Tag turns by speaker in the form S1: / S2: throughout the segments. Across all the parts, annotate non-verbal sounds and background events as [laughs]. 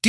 S1: Do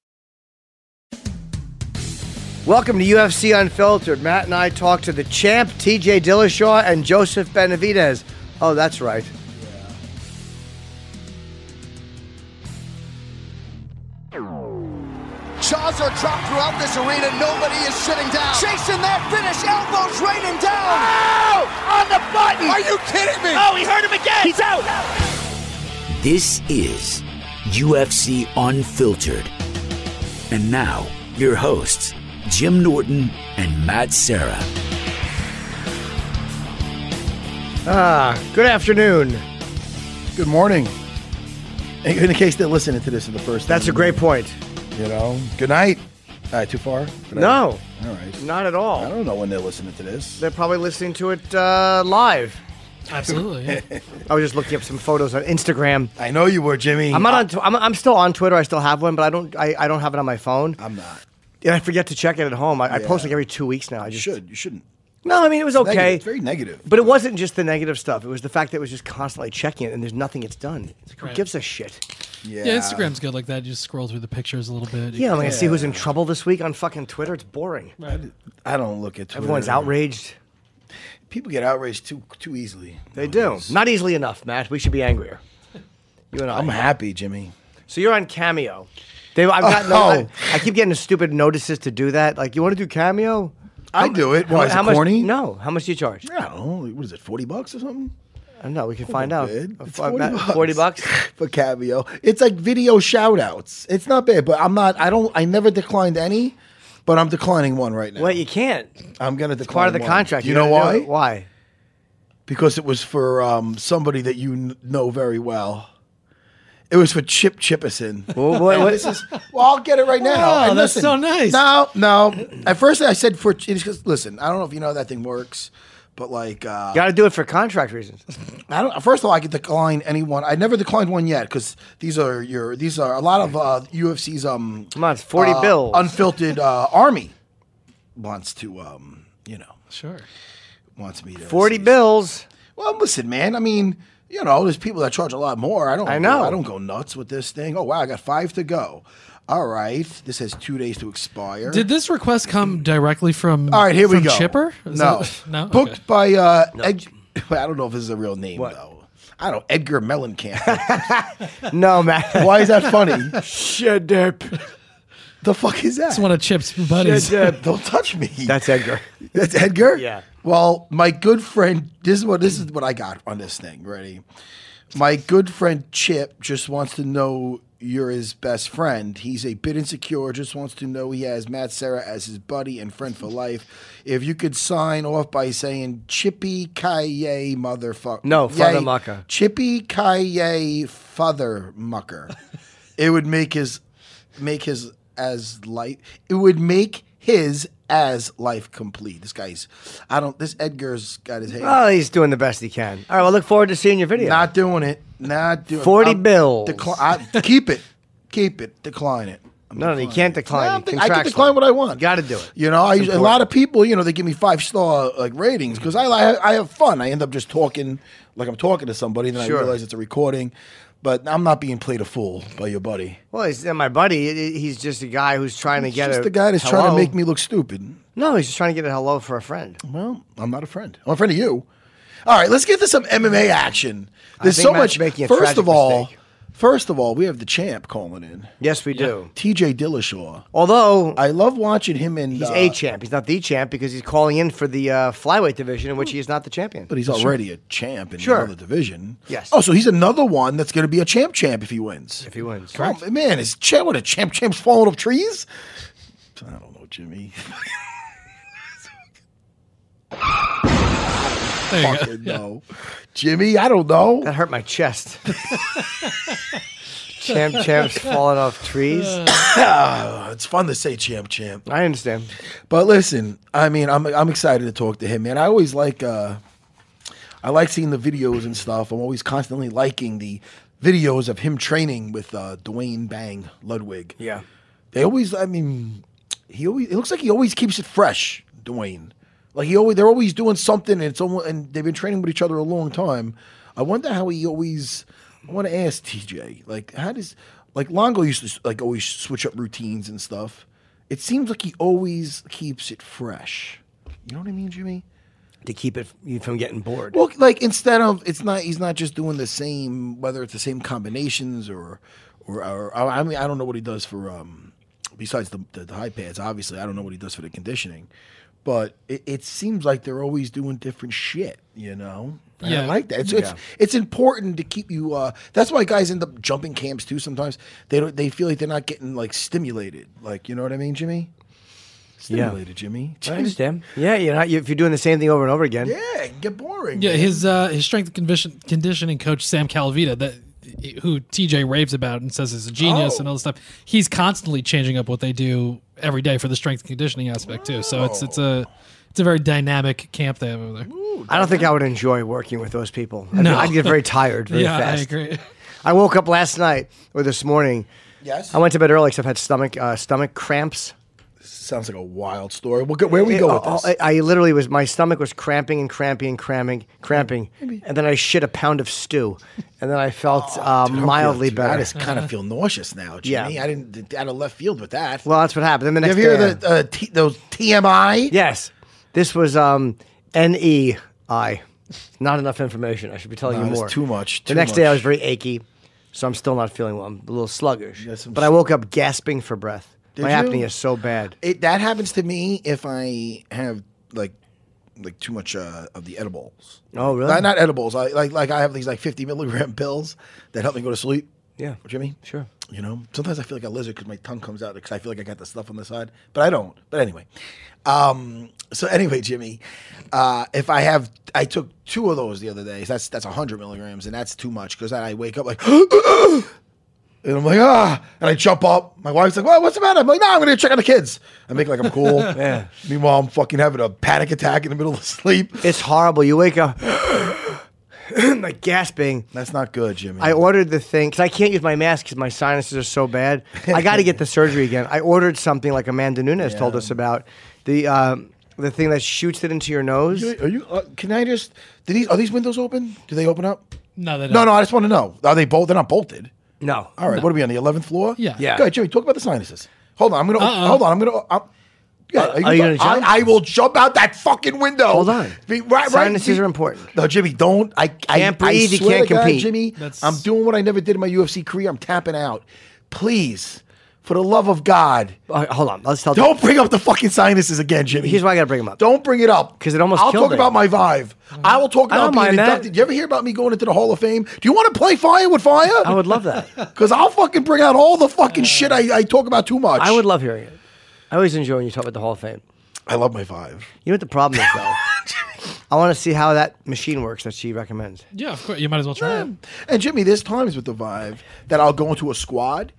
S2: Welcome to UFC Unfiltered. Matt and I talked to the champ, TJ Dillashaw, and Joseph Benavidez. Oh, that's right.
S3: Jaws are dropped throughout this arena. Nobody is sitting down. Chasing that finish. Elbows raining down. Ow! On the button. Are you kidding me? Oh, he hurt him again. He's out.
S4: This is UFC Unfiltered. And now, your hosts, Jim Norton and Matt Sarah.
S2: Ah, good afternoon.
S5: Good morning. [laughs] In the case they're listening to this in the first,
S2: That's a
S5: time,
S2: great point.
S5: You know, good night. All right, too far? Did I-
S2: No.
S5: all right.
S2: Not at
S5: I
S2: all.
S5: don't know when they're listening to this.
S2: They're probably listening to it uh, live.
S5: [laughs]
S6: Absolutely. yeah.
S2: I was just looking up some photos on Instagram.
S5: I know you were, Jimmy.
S2: I'm not on. Tw- I'm, I'm still on Twitter. I still have one, but I don't. I, I don't have it on my phone.
S5: I'm not.
S2: Yeah, I forget to check it at home. I, I post
S5: Yeah.
S2: like every two weeks now. I
S5: You
S2: just
S5: should. You shouldn't.
S2: No, I mean it was
S5: Negative.
S2: okay.
S5: It's very negative.
S2: But it wasn't just the negative stuff. It was the fact that it was just constantly checking it, and there's nothing it's done. It's like, who
S6: Right.
S2: gives a shit?
S5: yeah.
S6: Instagram's good like that. You just scroll through the pictures a little bit.
S2: Yeah, I'm gonna see who's in trouble this week on fucking Twitter. It's boring.
S5: I don't look at Twitter.
S2: Everyone's outraged.
S5: People get outraged too too easily.
S2: They do not easily enough, Matt. We should be angrier. You and I.
S5: I'm happy, Jimmy.
S2: so you're on Cameo. They, I've gotten.
S5: Oh.
S2: I, I keep getting stupid notices to do that. Like, you want to do Cameo?
S5: I do it. Why is it
S2: much?
S5: corny?
S2: No. How much do you charge?
S5: I don't know. What is it? Forty bucks or something?
S2: I don't know. We can find out.
S5: Good.
S2: Uh,
S5: It's
S2: fi-
S5: 40
S2: Matt,
S5: bucks.
S2: 40 bucks?
S5: [laughs] for Cameo. It's like video shout outs. It's not bad, but I'm not. I don't. I never declined any, but I'm declining one right now.
S2: Well, you can't.
S5: I'm gonna decline.
S2: Part of the
S5: one.
S2: contract.
S5: You, know
S2: gotta
S5: why?
S2: do it. Why?
S5: Because it was for um, somebody that you kn- know very well. It was for Chip Chippison.
S2: Well, [laughs] what- what-
S5: this is well. I'll get it right now.
S6: Wow,
S5: And
S6: that's
S5: listen,
S6: so nice.
S5: No, no. At first, I said for. It's 'cause- listen, I don't know if you know how that thing works, but like, uh,
S2: Got to do it for contract
S5: [laughs]
S2: reasons.
S5: I don't. First of all, I could decline anyone. I never declined one yet because these are your. These are a lot of uh, UFC's. Um,
S2: Come on, it's 40
S5: uh,
S2: bills.
S5: Unfiltered uh, army wants to. Um, you know,
S6: Sure.
S5: wants me to
S2: 40
S5: see-
S2: bills.
S5: Well, listen, man. I mean, you know, there's people that charge a lot more. I don't.
S2: I know.
S5: I don't go nuts with this thing. Oh wow, I got five to go. All right, this has two days to expire.
S6: Did this request come directly from?
S5: All right, here we
S6: from
S5: go.
S6: Chipper? Is
S5: no,
S6: that- no.
S5: Booked
S6: Okay.
S5: by uh, Ed- [laughs] I don't know if this is a real name though. I don't. Edgar Mellencamp.
S2: No,
S5: [laughs]
S2: Matt.
S5: Why is that funny?
S2: Shut [laughs] up.
S5: the fuck is that?
S6: It's one of Chip's buddies.
S5: don't touch me.
S2: That's Edgar.
S5: That's Edgar.
S2: Yeah.
S5: Well, my good friend, this is what this is what I got on this thing. Ready? My good friend Chip just wants to know you're his best friend. He's a bit insecure. Just wants to know he has Matt Sarah as his buddy and friend for life. If you could sign off by saying Chippy Kaye motherfucker.
S2: No,
S5: Yay.
S2: Father Mucker.
S5: Chippy Kaye Father Mucker. it would make his make his as life it would make his as life complete. This guy's I don't this Edgar's got his hand
S2: Oh, he's doing the best he can. All right, well, look forward to seeing your video.
S5: not doing it. Not doing
S2: 40
S5: I'm
S2: bills.
S5: Decli- I, keep it. Keep it. Decline it. I'm
S2: no, no, you
S5: declining
S2: can't
S5: it.
S2: decline.
S5: No,
S2: it
S5: I'm think- I can
S2: contractually.
S5: decline what I want.
S2: You gotta do it.
S5: You know, I, a lot of people, you know, they give me five star uh, like ratings because I, I I have fun. I end up just talking like I'm talking to somebody, and then
S2: Sure.
S5: I realize it's a recording. But I'm not being played a fool by your buddy.
S2: Well, he's uh, my buddy. he- He's just a guy who's trying to
S5: It's
S2: get
S5: just
S2: a
S5: the guy that's trying
S2: hello.
S5: to make me look stupid.
S2: No, he's just trying to get a hello for a friend.
S5: Well, I'm not a friend. I'm a friend of you. All right, let's get to some MMA action. There's
S2: think
S5: so
S2: Matt's
S5: much.
S2: making a
S5: first
S2: tragic
S5: of all,
S2: mistake.
S5: First of all, we have the champ calling in.
S2: Yes, we do.
S5: TJ Dillashaw.
S2: Although
S5: I love watching him in.
S2: he's
S5: uh,
S2: a champ, he's not the champ because he's calling in for the uh, flyweight division in which he is not the champion.
S5: But he's already a champ in
S2: Sure.
S5: another division.
S2: Yes.
S5: Oh, so he's another one that's going to be a champ champ if he wins.
S2: if he wins,
S5: Come on, man, is champ what a champ champ's falling off trees? I don't know, Jimmy. [laughs]
S6: There you go.
S5: Fucking no, Jimmy. I
S2: [laughs]
S5: don't know.
S2: That hurt my chest. champ, champs falling off trees.
S5: It's fun to say champ champ.
S2: I understand.
S5: But listen, I mean, I'm I'm excited to talk to him, man. I always like uh, I like seeing the videos and stuff. I'm always constantly liking the videos of him training with uh, Dwayne Bang Ludwig.
S2: Yeah.
S5: they always. I mean, he always. It looks like he always keeps it fresh, Dwayne. Like he always, they're always doing something, and it's almost, and they've been training with each other a long time. I wonder how he always. I want to ask TJ, like, how does like Longo used to like always switch up routines and stuff. It seems like he always keeps it fresh. You know what I mean, Jimmy?
S2: To keep it you from getting bored.
S5: Well, like instead of it's not he's not just doing the same whether it's the same combinations or or, or I mean I don't know what he does for um besides the, the the high pads obviously I don't know what he does for the conditioning, but it, it seems like they're always doing different shit you know. And I
S6: Yeah.
S5: like that. It's, it's it's important to keep you. Uh, that's why guys end up jumping camps too. Sometimes they don't. They feel like they're not getting like stimulated. Like you know what I mean, Jimmy? Stimulated, Jimmy.
S2: I understand. Yeah, you're not, you, if you're doing the same thing over and over again.
S5: Yeah, it can get boring.
S6: Yeah,
S5: man.
S6: his uh, his strength and condition, conditioning coach Sam Calavita, that who TJ raves about and says is a
S5: Oh.
S6: genius and all this stuff. He's constantly changing up what they do every day for the strength and conditioning aspect too. So it's it's a it's a very dynamic camp they have over there.
S2: I don't think I would enjoy working with those people. I'd,
S6: No.
S2: I'd get very tired very
S6: yeah,
S2: fast.
S6: I agree. [laughs]
S2: I woke up last night or this morning.
S5: Yes.
S2: I went to bed early because I've had stomach uh, stomach cramps.
S5: Sounds like a wild story. We'll go, where we
S2: It-
S5: go with
S2: oh,
S5: this?
S2: I, I literally was my stomach was cramping and cramping and cramping, cramping, and then I shit a pound of stew, and then I felt uh,
S5: Dude, I'm
S2: mildly
S5: feeling- dude,
S2: better.
S5: I just kind of feel nauseous now,
S2: Yeah.
S5: Jimmy. I didn't out of left field with that.
S2: well, that's what happened. Then the
S5: you
S2: next
S5: ever
S2: day,
S5: hear
S2: I-
S5: the uh, t- those TMI?
S2: yes, this was um, N E I. Not enough information. I should be telling
S5: No,
S2: you
S5: it's
S2: more.
S5: too much, too
S2: the next day, I
S5: much.
S2: was very achy, so I'm still not feeling well. I'm a little sluggish,
S5: Yes, I'm
S2: but I
S5: s-
S2: woke up gasping for breath.
S5: Did
S2: my
S5: you?
S2: apnea is so bad.
S5: It that happens to me if I have like like too much uh, of the edibles.
S2: Oh, really?
S5: Not, not edibles. I like like I have these like fifty milligram pills that help me go to sleep.
S2: Yeah.
S5: Jimmy.
S2: Sure.
S5: You know, sometimes I feel like a lizard because my tongue comes out because I feel like I got the stuff on the side, but I don't. But anyway, um, so anyway, Jimmy, uh, if I have, I took two of those the other day. That's that's hundred milligrams, and that's too much because I wake up like, [gasps] and I'm like ah, and I jump up. My wife's like, well, what's the matter? I'm like, no, I'm gonna check on the kids. I make like
S2: [laughs]
S5: I'm cool. yeah. Meanwhile, I'm fucking having a panic attack in the [laughs] middle of sleep.
S2: It's horrible. You wake up [gasps] like gasping.
S5: That's not good, Jimmy.
S2: I ordered the thing because I can't use my mask because my sinuses are so bad. I got to
S5: [laughs]
S2: get the surgery again. I ordered something like Amanda Nunes told us about the um, the thing that shoots it into your nose.
S5: Are you? Uh, can I just? Did these? Are these windows open? Do they open up?
S6: No, they
S5: No,
S6: don't.
S5: no, I just want to know. Are they bolt? They're not bolted.
S2: No,
S5: All right, what are we on the eleventh floor?
S6: Yeah. Yeah.
S5: Go ahead, Jimmy. Talk about the sinuses. Hold on, I'm gonna.
S6: Uh-oh.
S5: Hold on, I'm gonna. I'm, yeah,
S2: Uh, are you gonna
S5: I-
S2: jump?
S5: I, will jump out that fucking window.
S2: Hold on.
S5: Be- right, right,
S2: Sinuses
S5: be-
S2: are important.
S5: No, Jimmy, don't. I can't I,
S2: breathe,
S5: I
S2: you
S5: swear
S2: can't
S5: to God,
S2: compete.
S5: Jimmy,
S6: That's-
S5: I'm doing what I never did in my UFC career. I'm tapping out. Please, for the love of God,
S2: All right, hold on. Let's tell.
S5: don't bring up the fucking sinuses again,
S2: [laughs]
S5: Jimmy.
S2: Here's why I gotta bring 'em up.
S5: Don't bring it up
S2: 'Cause it almost
S5: I'll
S2: killed
S5: talk
S2: him.
S5: about my vibe. I will talk
S2: I
S5: about
S2: don't
S5: being
S2: mind that.
S5: inducted. You ever hear about me going into the Hall of Fame? Do you want to play fire with fire?
S2: I would love that.
S5: Because I'll fucking bring out all the fucking shit I, I talk about too much.
S2: I would love hearing it. I always enjoy when you talk about the Hall of Fame.
S5: I love my five.
S2: You know what the problem is
S5: [laughs]
S2: though. I want to see how that machine works that she recommends.
S6: Yeah, of course. You might as well try it.
S5: And Jimmy, there's times with the vibe that I'll go into a squad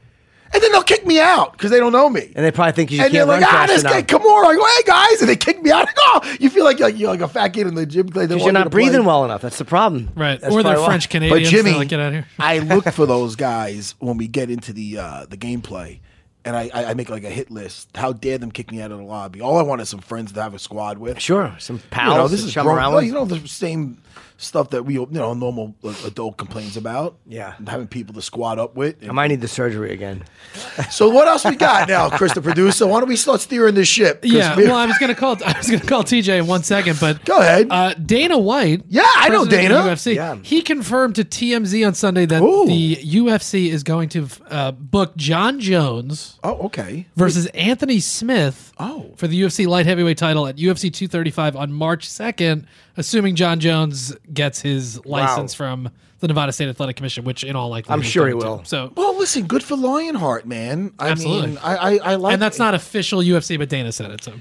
S5: and then they'll kick me out because they don't know me.
S2: And they probably think you
S5: And they're
S2: can't
S5: like,
S2: run
S5: ah,
S2: fast
S5: this guy
S2: enough
S5: Kimura. I go, hey guys, and they kick me out. [laughs] oh, you feel like like you're like a fat kid in the gym because
S2: because you're not breathing well enough. That's the problem.
S6: Right.
S2: That's
S6: or they're
S2: probably why.
S6: French
S5: But
S6: Canadians.
S5: Jimmy,
S6: [laughs] like, get out of here.
S5: I look for those guys when we get into the uh, the gameplay. and I, I I make like a hit list. How dare them kick me out of the lobby? All I want is some friends to have a squad with.
S2: Sure, some
S5: You know,
S2: pals
S5: this
S2: to
S5: is
S2: chum
S5: grown,
S2: around
S5: no,
S2: with.
S5: you know the same stuff that we you know a normal uh, adult complains about.
S2: Yeah.
S5: And having people to squad up with.
S2: I might need the surgery again.
S5: [laughs] so what else we got now,
S6: [laughs]
S5: Chris, the producer? Why don't we start steering this ship? 'Cause
S6: Yeah,
S5: we-
S6: well, I was gonna call. [laughs] I was gonna call TJ in one second, but
S5: Go ahead.
S6: Uh, Dana White.
S5: Yeah, I know
S6: president of
S5: Dana.
S6: the UFC.
S2: Yeah.
S6: He confirmed to TMZ on Sunday that
S5: Ooh.
S6: the UFC is going to uh, book John Jones
S5: oh, okay.
S6: versus Anthony Smith
S5: Oh.
S6: for the UFC light heavyweight title at UFC 235 on March 2nd, assuming John Jones gets his license from the Nevada State Athletic Commission, which in all likelihood
S2: I'm
S6: he's
S2: sure he
S6: going to.
S2: will.
S6: So,
S5: Well, listen, good for Lionheart, man. I
S6: Absolutely.
S5: mean, I, I, I like
S6: and that's not official UFC, but Dana said it. So,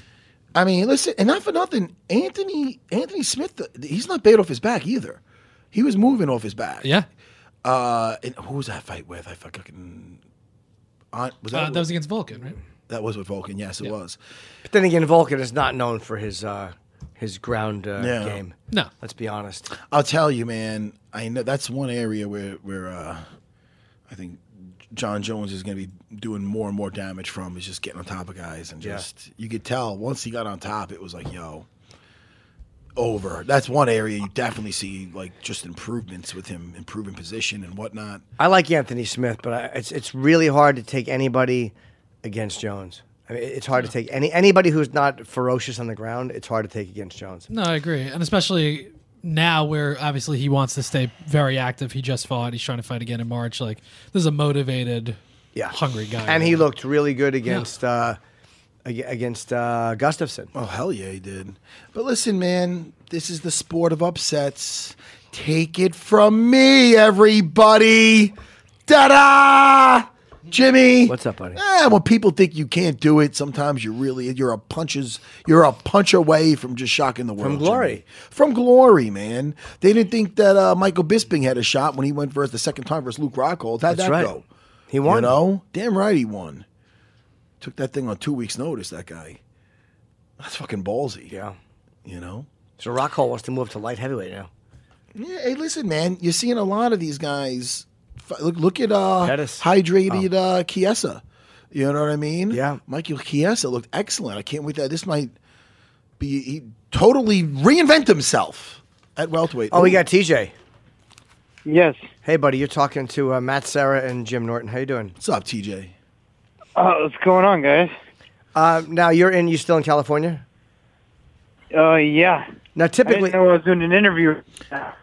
S5: I mean, listen, and not for nothing, Anthony Anthony Smith, th- he's not bad off his back either. He was moving off his back.
S6: yeah,
S5: Uh, and who was that fight with? I fucking. I- was that,
S6: uh, that was against Vulcan, right?
S5: that was with Vulcan. Yes, it was.
S2: But then again, Vulcan is not known for his uh, his ground uh,
S5: Yeah.
S2: game.
S6: No.
S2: let's be honest.
S5: I'll tell you, man. I know that's one area where where uh, I think John Jones is going to be doing more and more damage from is just getting on top of guys and
S2: Yeah.
S5: just you could tell once he got on top, it was like yo. Over. That's one area you definitely see like just improvements with him, improving position and whatnot.
S2: I like Anthony Smith, but I, it's it's really hard to take anybody against Jones. I mean, it's hard to take any anybody who's not ferocious on the ground. It's hard to take against Jones.
S6: No, I agree, and especially now where obviously he wants to stay very active. He just fought. He's trying to fight again in March. Like this is a motivated,
S2: Yeah,
S6: hungry guy.
S2: and he looked really good against uh, ag- against uh, Gustafson.
S5: Oh hell yeah, he did. But listen, man, this is the sport of upsets. Take it from me, everybody. Da da, Jimmy.
S2: What's up, buddy?
S5: Eh, when people think you can't do it, sometimes you really you're a punches you're a punch away from just shocking the world. Jimmy.
S2: glory.
S5: from glory, man. They didn't think that uh, Michael Bisping had a shot when he went versus the second time versus Luke Rockhold. How'd
S2: That's
S5: that
S2: right.
S5: go?
S2: He won.
S5: You know, damn right he won. Took that thing on two weeks' notice. That guy. That's fucking ballsy.
S2: Yeah.
S5: You know.
S2: So Rockhold wants to move to light heavyweight now.
S5: Yeah, hey, listen, man. You're seeing a lot of these guys. F- Look, look at uh,
S2: Pettis. Oh.
S5: hydrated uh, Chiesa. You know what I mean?
S2: Yeah.
S5: Michael Chiesa looked excellent. I can't wait that this might be he totally reinvent himself at welterweight.
S2: Oh, we got TJ.
S3: Yes.
S2: Hey, buddy, you're talking to uh, Matt Sarah and Jim Norton. How you doing?
S5: what's up, TJ?
S3: Uh, what's going on, guys?
S2: Uh, now you're in. You still in California?
S3: Uh, yeah.
S2: Now,
S3: I didn't
S2: typically,
S3: know I was doing an interview.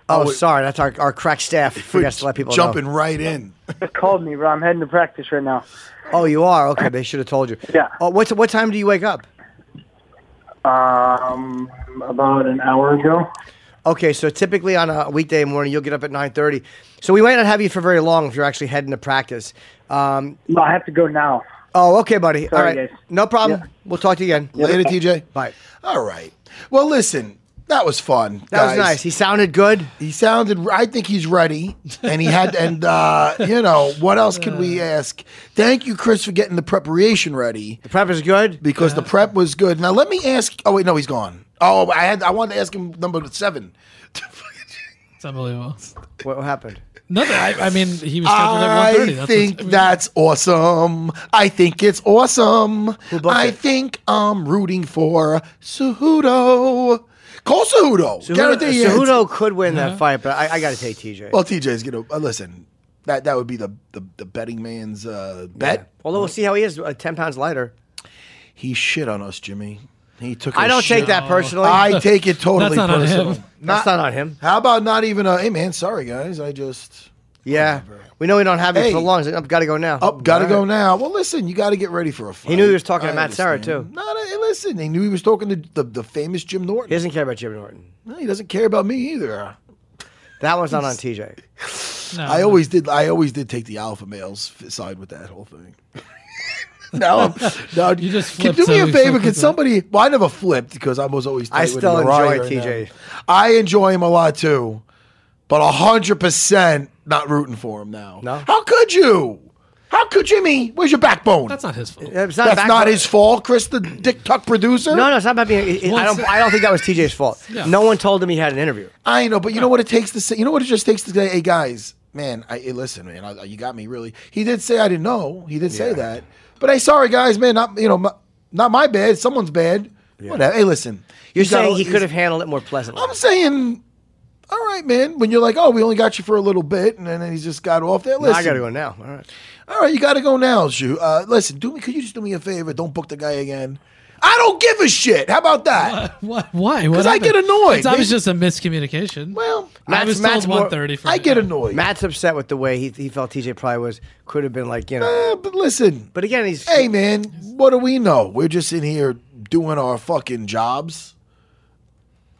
S2: oh, sorry, that's our, our crack staff. Forgot to let people
S5: jumping
S2: know.
S5: right in.
S3: Just called me, Rob. I'm heading to practice right now.
S2: Oh, you are okay. They should have told you.
S3: Yeah.
S2: Oh, what what time do you wake up?
S3: Um, about an hour ago.
S2: Okay, so typically on a weekday morning, you'll get up at nine thirty. So we might not have you for very long if you're actually heading to practice. Um,
S3: No, I have to go now.
S2: oh, okay, buddy. All
S3: Sorry,
S2: right,
S3: guys.
S2: no problem. We'll talk to you again.
S5: Later, TJ.
S2: Bye.
S5: All right. Well, listen. That was fun.
S2: That was nice. He sounded good.
S5: He sounded. I think he's ready, and he had. And uh, you know what else could we ask? Thank you, Chris, for getting the preparation ready
S2: The prep is good.
S5: because the prep was good. Now let me ask. Oh wait, no, he's gone. Oh, I had. I wanted to ask him number seven.
S6: It's unbelievable.
S2: What, what happened?
S6: Nothing. I, I mean, he was scheduled at one thirty.
S5: I think that's awesome. I think it's awesome.
S2: booked
S5: I
S2: it?
S5: think I'm rooting for Cejudo. Call Cejudo. Guarantee it's- Uh-huh.
S2: Cejudo could win that fight, but I, I got to take TJ.
S5: Well, TJ's gonna uh, listen. That that would be the the, the betting man's uh, bet.
S2: Although we'll see how he is. Uh, Ten pounds lighter.
S5: He shit on us, Jimmy. He took.
S2: I
S5: a
S2: don't
S5: shit.
S2: take that personally.
S5: I take it totally
S6: That's not on
S5: personal.
S6: him.
S2: That's not on him.
S5: How about not even a? Hey man, sorry guys, I just
S2: Yeah, we know we don't have you
S5: Hey.
S2: for long. He's like, I've got to go now.
S5: up. Got to
S2: All
S5: go
S2: right.
S5: now. Well, listen, you got to get ready for a fight.
S2: knew he was talking to Matt Sarah,
S5: understand.
S2: too.
S5: No, no, hey, listen, he knew he was talking to the, the famous Jim Norton.
S2: He doesn't care about Jim Norton.
S5: No, he doesn't care about me either.
S2: That one's not on TJ.
S6: Uh-huh.
S5: I always did. I always did take the alpha males f- side with that whole thing. [laughs] now, I'm, now you
S6: just
S5: can
S6: flipped
S5: do me
S6: so-
S5: a favor.
S6: so
S5: Can
S6: quickly.
S5: somebody? Well, I never flipped because I was always.
S2: I
S5: tight with
S2: still
S5: Uriah
S2: enjoy
S5: and
S2: TJ.
S5: them. I enjoy him a lot too, but hundred percent not rooting for him now.
S2: No?
S5: how could you? How could Jimmy? Where's your backbone?
S6: That's not his fault.
S2: It's not,
S5: That's
S2: back-
S5: not his fault, Chris, the Dick Tuck producer.
S2: No, no, it's not about being. it- it- I
S6: Once-
S2: don't. I don't think that was TJ's fault.
S6: Yeah.
S2: No one told him he had an interview.
S5: I know, but you know what it takes to say. You know what it just takes to say, "Hey guys, man, I hey, listen, man, I, you got me really." He did say I didn't know. He did say that, But hey, sorry guys, man, not you know, my, not my bad. Someone's bad. Whatever. Hey, listen,
S2: You're
S5: he's got
S2: saying
S5: a-
S2: he
S5: he's-
S2: could have handled it more pleasantly.
S5: I'm saying, all right, man. When you're like, oh, we only got you for a little bit, and then he's just got off there.
S2: Nah,
S5: Listen,
S2: I gotta go now. All right.
S5: All right, you got to go now, Shu. Uh, listen, do me. Could you just do me a favor? Don't book the guy again. I don't give a shit. How about that?
S6: What? [laughs] Why? Because
S5: 'Cause I get annoyed,
S6: It's obviously
S5: man.
S6: just a miscommunication.
S5: Well,
S6: I
S2: Matt's-
S6: was
S2: Matt's
S6: told
S2: more-
S6: one thirty for.
S5: I get annoyed.
S2: Matt's upset with the way he, he felt TJ probably was could have been like you know.
S5: Uh, but listen,
S2: But again, he's
S5: hey, man, what do we know? We're just in here doing our fucking jobs.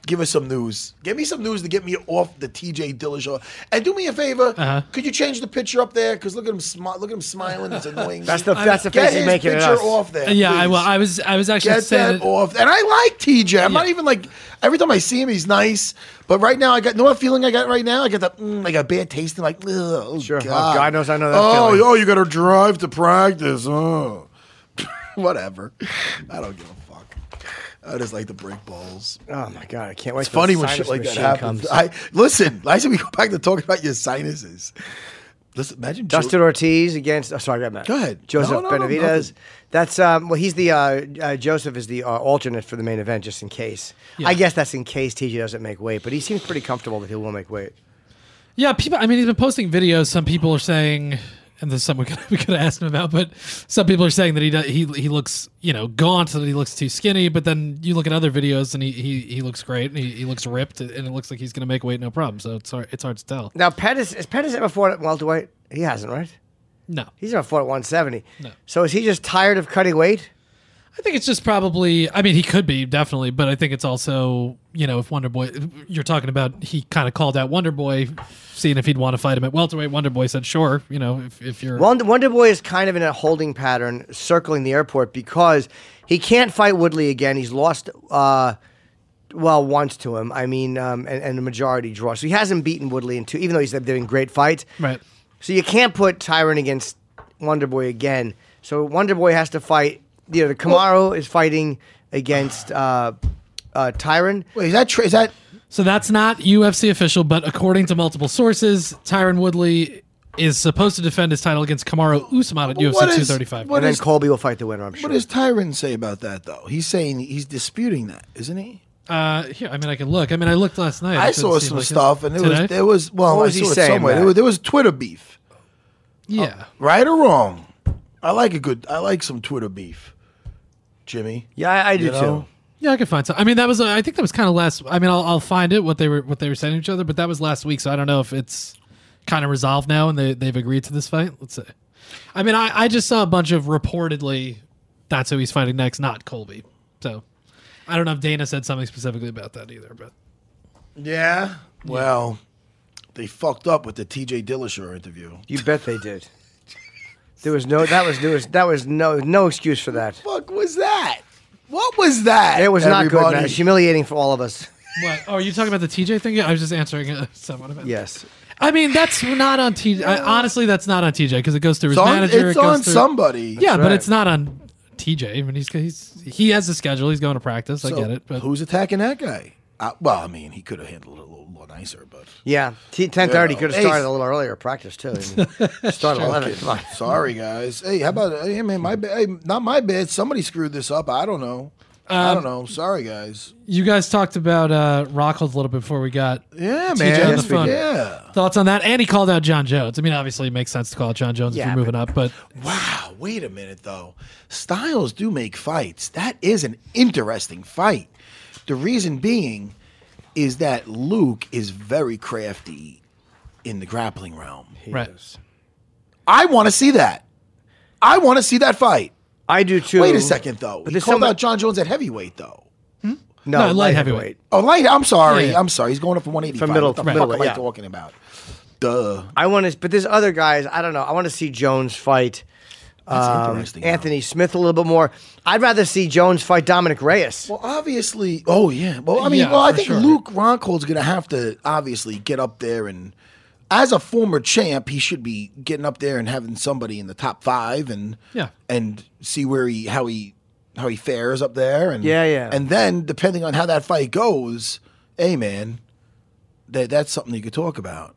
S5: Give us some news. Give me some news to get me off the TJ Dillashaw. And do me a favor.
S6: Uh-huh.
S5: Could you change the picture up there? Because look at him smile. Look at him smiling. It's annoying.
S2: That's the that's the
S5: Get
S2: face he's
S5: his
S2: making at
S5: picture
S2: us.
S5: off there.
S6: Yeah, I,
S5: please.
S6: well, I was. I was actually
S5: Get
S6: saying.
S5: that off. And I like TJ. I'm not even like every time I see him, he's nice. But right now, I got you know what feeling I got right now. I got that mm, like a bad taste in like ugh, oh
S2: Sure. Oh,
S5: God.
S2: God knows I know that
S5: Oh,
S2: feeling.
S5: oh, you got to drive to practice. Oh, [laughs] whatever. I don't give a fuck. I just like to break balls.
S2: Oh my god, I can't wait.
S5: It's funny when shit like that happens. I listen. [laughs] Last time we go back to talking about your sinuses. Listen, imagine Joe-
S2: Dustin Ortiz against. Oh, sorry, I got Matt.
S5: Go ahead.
S2: Joseph
S5: No, no, no,
S2: Benavidez.
S5: nothing.
S2: that's um, well, he's the uh, uh, Joseph is the uh, alternate for the main event, just in case. I guess that's in case TJ doesn't make weight, but he seems pretty comfortable that he will make weight.
S6: Yeah, people. I mean, he's been posting videos. Some people are saying, and there's some we could, [laughs] we could have asked him about, but some people are saying that he does, he he looks you know gaunt, that he looks too skinny. But then you look at other videos, and he he, he looks great, and he, he looks ripped, and it looks like he's going to make weight no problem. So it's hard, it's hard to tell.
S2: Now, Pettis is Pettis ever fought at welterweight? He hasn't, right?
S6: No,
S2: He's never fought at 170.
S6: No.
S2: So is he just tired of cutting weight?
S6: I think it's just probably. I mean, he could be definitely, but I think it's also you know if Wonder Boy, you're talking about he kind of called out Wonder Boy, seeing if he'd want to fight him at welterweight. Wonder Boy said, sure, you know if if you're
S2: Wonder, Wonder Boy is kind of in a holding pattern, circling the airport because he can't fight Woodley again. He's lost, uh, well, once to him. I mean, um, and, and the majority draw. So he hasn't beaten Woodley in two, even though he's been doing great fights.
S6: right.
S2: So you can't put Tyrant against Wonder Boy again. So Wonder Boy has to fight. You know, the Camaro is fighting against uh, uh, Tyrant.
S5: Wait, is that tra- is that
S6: So that's not UFC official, but according to multiple sources, Tyron Woodley is supposed to defend his title against Kamaru Usman at UFC
S5: what is
S6: 235.
S5: what
S2: And then
S5: is-
S2: Colby will fight the winner. I'm sure.
S5: What does Tyron say about that, though? He's saying he's disputing that, isn't he?
S6: Uh, here, I mean, I can look. I mean, I looked last night.
S5: I
S6: It
S5: saw
S6: didn't seem
S5: some
S6: like it.
S5: stuff, and it
S6: Today?
S5: was there was well,
S2: What was
S5: I
S2: he
S5: saw it
S2: saying,
S5: somewhere. There
S2: Matt?
S5: was, there was Twitter beef,
S6: yeah.
S5: right or wrong. I like a good. I like some Twitter beef, Jimmy.
S2: Yeah, I, I do
S5: You know?
S2: too.
S6: Yeah, I could find some. I mean, that was. uh, I think that was kind of last. I mean, I'll, I'll find it what they were what they were saying to each other, but that was last week, so I don't know if it's kind of resolved now and they they've agreed to this fight. Let's see. I mean, I I just saw a bunch of reportedly that's who he's fighting next, not Colby. So I don't know if Dana said something specifically about that either, but
S5: Yeah. Well, they fucked up with the T.J. Dillashaw interview.
S2: You bet they did. There was no that was there was that was no no excuse for that.
S5: Fuck was that? What was that?
S2: It was not good. Man.
S5: everybody?
S2: It's humiliating for all of us.
S6: What? Oh, are you talking about the TJ thing? Yeah, I was just answering uh, [laughs] someone about.
S2: Yes.
S6: I mean, that's not on TJ. I, honestly, that's not on TJ because it goes through
S5: It's
S6: his
S5: on,
S6: manager.
S5: it's
S6: it goes
S5: on
S6: through,
S5: somebody.
S6: Yeah, but
S2: right.
S6: it's not on TJ. I mean, he's, he's he has a schedule. He's going to practice. I
S5: So,
S6: get it. But
S5: who's attacking that guy? I, well, I mean, he could have handled it a little more nicer, but
S2: Yeah. T- Ten thirty
S5: Yeah.
S2: could have started a little earlier practice too. I mean, started at eleven. Come on.
S5: Sorry, guys. Hey, how about? Hey, man, my bad. Hey, not my bad. Somebody screwed this up. I don't know.
S6: Uh,
S5: I don't know. Sorry, guys.
S6: you guys talked about uh, Rockhold a little bit before we got
S5: Yeah,
S6: TJ
S5: man. Yes,
S6: on the
S5: we
S6: phone.
S5: did. Yeah.
S6: Thoughts on that? And he called out John Jones. I mean, obviously, it makes sense to call out John Jones
S2: Yeah,
S6: if you're moving up, but
S5: Wow. Wait a minute, though. Styles do make fights. That is an interesting fight. The reason being is that Luke is very crafty in the grappling realm.
S6: right.
S5: I want to see that. I want to see that fight.
S2: I do too.
S5: Wait a second, though.
S2: But
S5: he
S2: there's
S5: called
S2: somebody-
S5: out John Jones at heavyweight, though.
S2: No,
S6: No,
S2: light,
S6: light
S2: heavyweight.
S6: heavyweight.
S5: Oh, light. I'm sorry.
S6: Yeah, yeah.
S5: I'm sorry. He's going up from 185.
S2: From middle-
S5: What the
S2: right.
S5: fuck am
S2: yeah.
S5: I talking about? Duh.
S2: I want to, but there's other guys. I don't know. I want to see Jones fight
S5: That's
S2: um,
S5: interesting. though.
S2: Anthony Smith a little bit more. I'd rather see Jones fight Dominic Reyes.
S5: Well, obviously. Oh yeah. Well, I mean,
S6: Yeah,
S5: well, I
S6: for
S5: think
S6: sure.
S5: Luke Rockhold's going to have to obviously get up there and, as a former champ, he should be getting up there and having somebody in the top five and
S6: Yeah.
S5: and see where he how he how he fares up there and
S2: Yeah, yeah.
S5: and then depending on how that fight goes, hey man, that that's something you could talk about.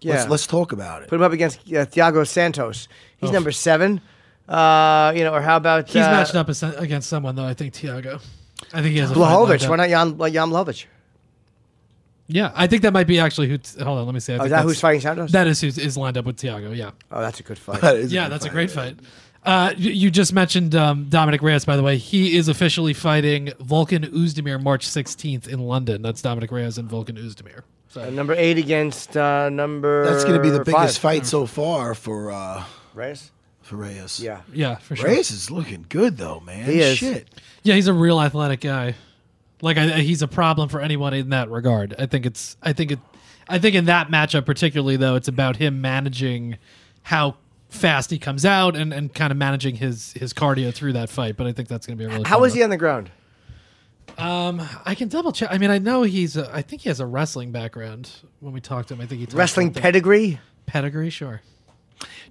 S2: yeah.
S5: [laughs] Let's, let's talk about it.
S2: Put him up against uh, Thiago Santos. He's number seven. Uh, you know, or how about
S6: He's
S2: uh,
S6: matched up as- against someone though. I think Tiago. I think he has a fight lined
S2: Blahovic?
S6: up.
S2: Why not Jan, Jamlovic?
S6: Yeah, I think that might be actually who. Hold on, let me see. I
S2: Oh,
S6: think
S2: is that who's
S6: that's-
S2: fighting Santos?
S6: That is who is lined up with Tiago. Yeah,
S2: oh, that's a good fight.
S6: yeah, that's a great fight. Uh, you, you just mentioned um, Dominic Reyes, by the way. He is officially fighting Vulcan Uzdemir March 16th in London. That's Dominic Reyes and Vulcan Uzdemir.
S2: Uh, number eight against uh, number.
S5: That's going to be the biggest
S2: five. Hmm.
S5: fight so far for uh,
S2: Reyes?
S5: for Reyes.
S2: Yeah.
S6: Yeah, for sure.
S5: Reyes is looking good though, man.
S2: He is.
S5: Shit.
S6: Yeah, he's a real athletic guy. Like I, he's a problem for anyone in that regard. I think it's. I think it. I think in that matchup particularly though, it's about him managing how fast he comes out and, and kind of managing his his cardio through that fight. But I think that's going to be a really.
S2: How
S6: fun
S2: is he on the ground?
S6: I can double check. I mean, I know he's. A, I think he has a wrestling background. When we talked to him, I think he talked
S2: Wrestling
S6: about that.
S2: pedigree?
S6: pedigree. Sure.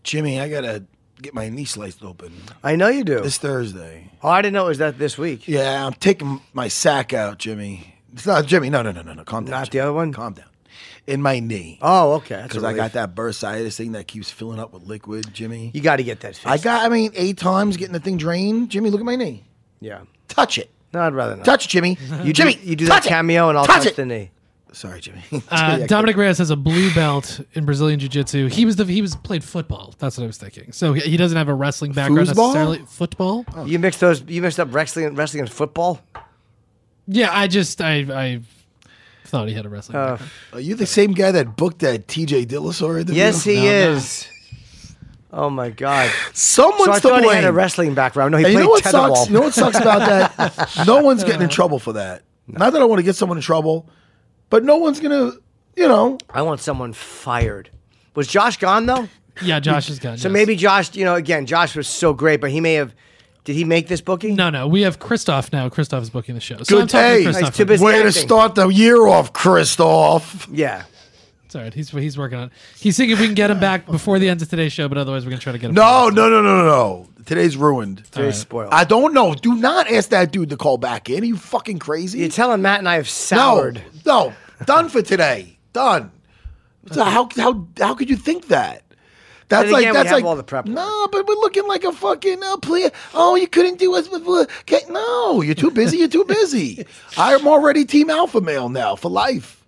S5: Jimmy, I gotta get my knee sliced open
S2: I know you do.
S5: this Thursday.
S2: oh, I didn't know it was that this week.
S5: Yeah, I'm taking my sack out, Jimmy. It's not Jimmy. No, no, no, no, no. Calm down.
S2: Not the
S5: Jimmy.
S2: other one?
S5: Calm down. In my knee,
S2: Oh, okay. That's a
S5: because I
S2: relief.
S5: got that bursitis thing that keeps filling up with liquid, Jimmy.
S2: You got to get that fixed.
S5: I got. I mean, eight times getting the thing drained. Jimmy, look at my knee.
S2: Yeah.
S5: Touch it.
S2: No, I'd rather not.
S5: Touch it, Jimmy.
S2: You do-
S5: Jimmy,
S2: you do
S5: touch
S2: that
S5: it.
S2: cameo and I'll
S5: touch,
S2: touch,
S5: it.
S2: the knee.
S5: Sorry, Jimmy. [laughs]
S6: Uh,
S5: Jimmy, I
S6: Dominic Reyes has a blue belt in Brazilian Jiu Jitsu. He was the he was played football. That's what I was thinking. So he, he doesn't have a wrestling background
S5: Foosball?
S6: necessarily. Football.
S5: Oh.
S2: You mixed those. You mixed up wrestling, and wrestling and
S5: [laughs]
S2: football.
S6: Yeah, I just I I thought he had a wrestling.
S2: Uh,
S6: background.
S5: Are you the same guy that booked that TJ Dillashaw interview?
S2: yes, he
S6: No, no.
S2: is. Oh my god! so I
S5: Someone's
S2: thought
S5: to
S2: he had a
S5: blame.
S2: wrestling background. No, he
S5: And you
S2: played
S5: know what
S2: tetherball.
S5: sucks? You know what sucks about
S2: [laughs]
S5: that? No one's getting in trouble for that. Not that I want to get someone in trouble, but no one's gonna, you know.
S2: I want someone fired. Was Josh gone though?
S6: Yeah, Josh is gone.
S2: So
S6: yes.
S2: maybe Josh. You know, again, Josh was so great, but he may have. Did he make this booking?
S6: No, no. We have Christoph now. Christoph is booking the show. So I'm
S5: Good
S6: talking
S5: day.
S6: to Christoph.
S2: He's too busy.
S5: Way to
S2: acting.
S5: start the year off, Christoph.
S2: Yeah.
S6: It's all right. He's he's working on. it. He's seeing if we can get him back before the end of today's show. But otherwise, we're gonna try to get him.
S5: No, no, no, no, no, no. Today's ruined.
S2: Very spoiled.
S5: I don't know. Do not ask that dude to call back in. Are you fucking crazy?
S2: You're telling Matt and I have soured.
S5: no, no. Done for today. Done. So how how how could you think that? That's
S2: Then
S5: like
S2: again, we
S5: that's
S2: have
S5: like
S2: all the prep work.
S5: No, but we're looking like a fucking uh, player. Oh, you couldn't do us with with- okay, No, you're too busy. You're too
S2: [laughs]
S5: busy. I'm already team alpha male now for life.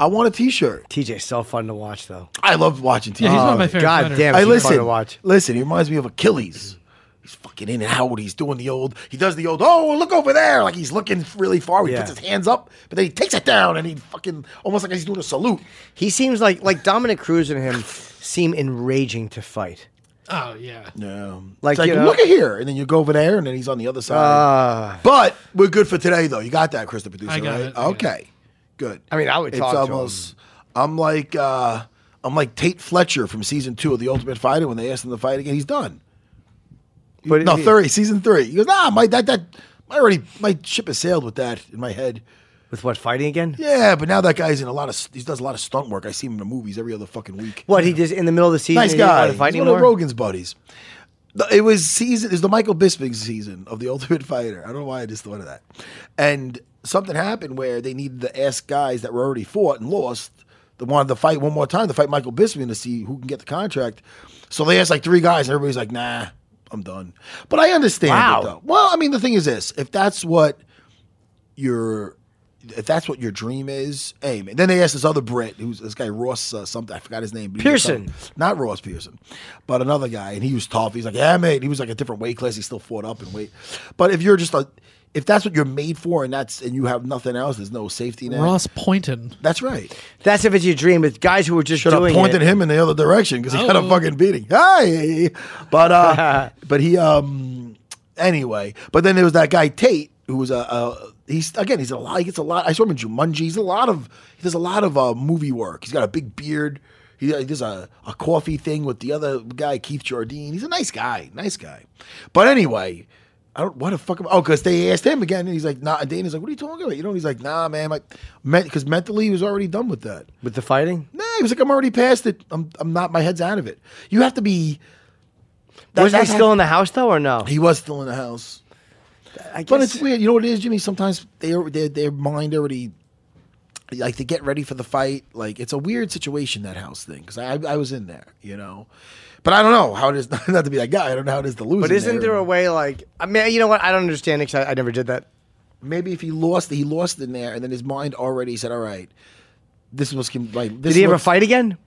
S5: I want a T-shirt.
S2: TJ's so fun to watch though. Oh,
S5: I love watching TV.
S6: Yeah, he's one of my favorite
S2: God
S6: fighters.
S2: damn it!
S5: I
S2: he's
S5: listen.
S2: Fun to watch.
S5: Listen, he reminds me of Achilles. He's fucking in and out. He's doing the old. He does the old. Oh, look over there! Like he's looking really far. He
S2: Yeah.
S5: puts his hands up, but then he takes it down, and he fucking almost like he's doing a salute.
S2: He seems like like Dominic Cruz and him seem enraging to fight.
S6: Oh yeah.
S5: Yeah.
S2: Like,
S5: Like, like
S2: you know- Ah.
S5: look at here, and then you go over there, and then he's on the other side. but we're good for today, though. You got that, Chris, the producer,
S6: I got
S5: right?
S6: it, I got
S5: okay, good.
S2: I mean, I would
S5: it's
S2: talk to him.
S5: almost. I'm like, uh, I'm like Tate Fletcher from season two of The Ultimate Fighter. When they asked him to fight again, he's done.
S2: But
S5: no,
S2: he-
S5: three, season three. He goes, nah, my that that I already my ship has sailed with that in my head.
S2: With what fighting again?
S5: Yeah, but now that guy's in a lot of he does a lot of stunt work. I see him in the movies every other fucking week.
S2: What he just in the middle of the season?
S5: Nice
S2: he didn't want
S5: guy.
S2: to fight
S5: He's one
S2: anymore?
S5: of Rogan's buddies. The- It was season. It's the Michael Bisping season of the Ultimate Fighter. I don't know why I just thought of that. And something happened where they needed to ask guys that were already fought and lost. They wanted to fight one more time to fight Michael Bisping to see who can get the contract. So they asked like three guys, and everybody's like, "Nah, I'm done." But I understand
S2: Wow.
S5: it though. Well, I mean, the thing is this: if that's what your if that's what your dream is, hey man. Then they asked this other Brit, who's this guy Ross uh, something. I forgot his name. but he was
S2: Pearson.
S5: something- not Ross Pearson, but another guy, and he was tough. He's like, yeah, mate. He was like a different weight class. He still fought up in weight. But if you're just a, if that's what you're made for, and that's and you have nothing else, there's no safety net.
S6: Ross Poynton.
S5: That's right.
S2: That's if it's your dream. But guys who were just
S5: Should have
S2: doing
S5: pointed
S2: it.
S5: him in the other direction because he got a
S6: Oh.
S5: fucking beating. Hey, but
S2: [laughs]
S5: uh, but he um anyway. But then there was that guy Tate who was a, a he's again he's a lot he gets a lot. I saw him in Jumanji. He's a lot of he does a lot of uh, movie work. He's got a big beard. He, he does a, a coffee thing with the other guy Keith Jardine. He's a nice guy, nice guy. But anyway. I don't. What the fuck? Am, oh, because they asked him again, and he's like, "Nah." And Dana's like, "What are you talking about?" You know, and he's like, "Nah, man." Like, because mentally he was already done with that.
S2: with the fighting.
S5: Nah, he was like, I'm already past it. I'm, I'm not. My head's out of it. You have to be. that-
S2: was he
S5: that's how-
S2: still in the house though, or no?
S5: He was still in the house,
S2: I guess
S5: but it's weird. You know what it is, Jimmy? Sometimes they, their their mind already like to get ready for the fight. Like it's a weird situation that house thing because I I was in there, you know, but I don't know how it is [laughs] not to be that guy. I don't know how it is to lose.
S2: But
S5: in
S2: isn't there a way like I mean, you know what? I don't understand because I, I never did that.
S5: maybe if he lost, he lost in there, and then his mind already said, "All right, this was com- like." This
S2: Did he ever
S5: looks-
S2: fight again?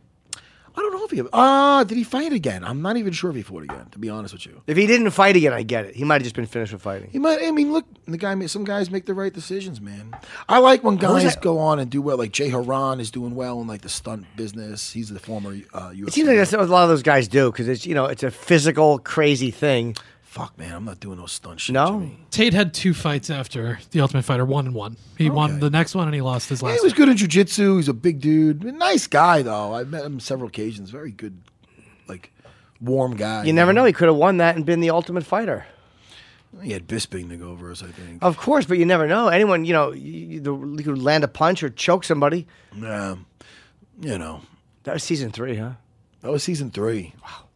S5: I don't know if he. Ah, did he fight again? I'm not even sure if he fought again. To be honest with you,
S2: If he didn't fight again, I get it. He might have just been finished with fighting.
S5: he might. I mean, look, the guy. ma- Some guys make the right decisions, man. I like when
S2: was
S5: guys
S2: that-
S5: go on and do well. Like Jay Haran is doing well in like the stunt business. He's the former uh, UFC.
S2: It seems like that's what a lot of those guys do because it's you know it's a physical crazy thing.
S5: Fuck, man, I'm not doing no stunt shit.
S2: No,
S5: Jimmy.
S6: Tate had two fights after the Ultimate Fighter, one and one. He won the next one and he lost his
S5: Yeah,
S6: last.
S5: he was good in jujitsu. He's a big dude, nice guy though. I've met him several occasions. Very good, like warm guy.
S2: you never know. He could have won that and been the ultimate fighter.
S5: He had Bisping to go versus, I think.
S2: Of course, but you never know. Anyone you know, you, you you could land a punch or choke somebody.
S5: Yeah, you know
S2: That was season three, huh?
S5: that was season three. Wow.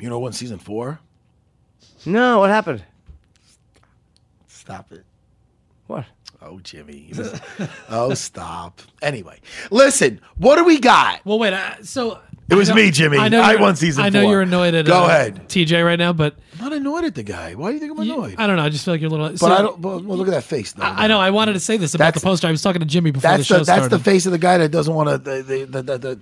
S5: You know what? Season four.
S2: No, what happened?
S5: Stop it.
S2: What?
S5: Oh, Jimmy. [laughs] oh, stop. Anyway, listen. What do we got?
S6: Well, wait. I, so
S5: It was
S6: I know-
S5: me, Jimmy. I
S6: you're-
S5: won season
S6: I know
S5: four.
S6: you're annoyed at
S5: Go
S6: uh,
S5: ahead.
S6: TJ right now, but
S5: I'm not annoyed at the guy. Why do you think I'm
S6: you-
S5: annoyed?
S6: I don't know. I just feel like you're a little.
S5: but I don't. Well, well, look at that face. though.
S6: I, I know. I wanted to say this about the
S5: That's-
S6: poster. I was talking to Jimmy before the
S5: that's
S6: show
S5: the, that's
S6: started.
S5: the face of the guy that doesn't want to. The, the, the, the, the,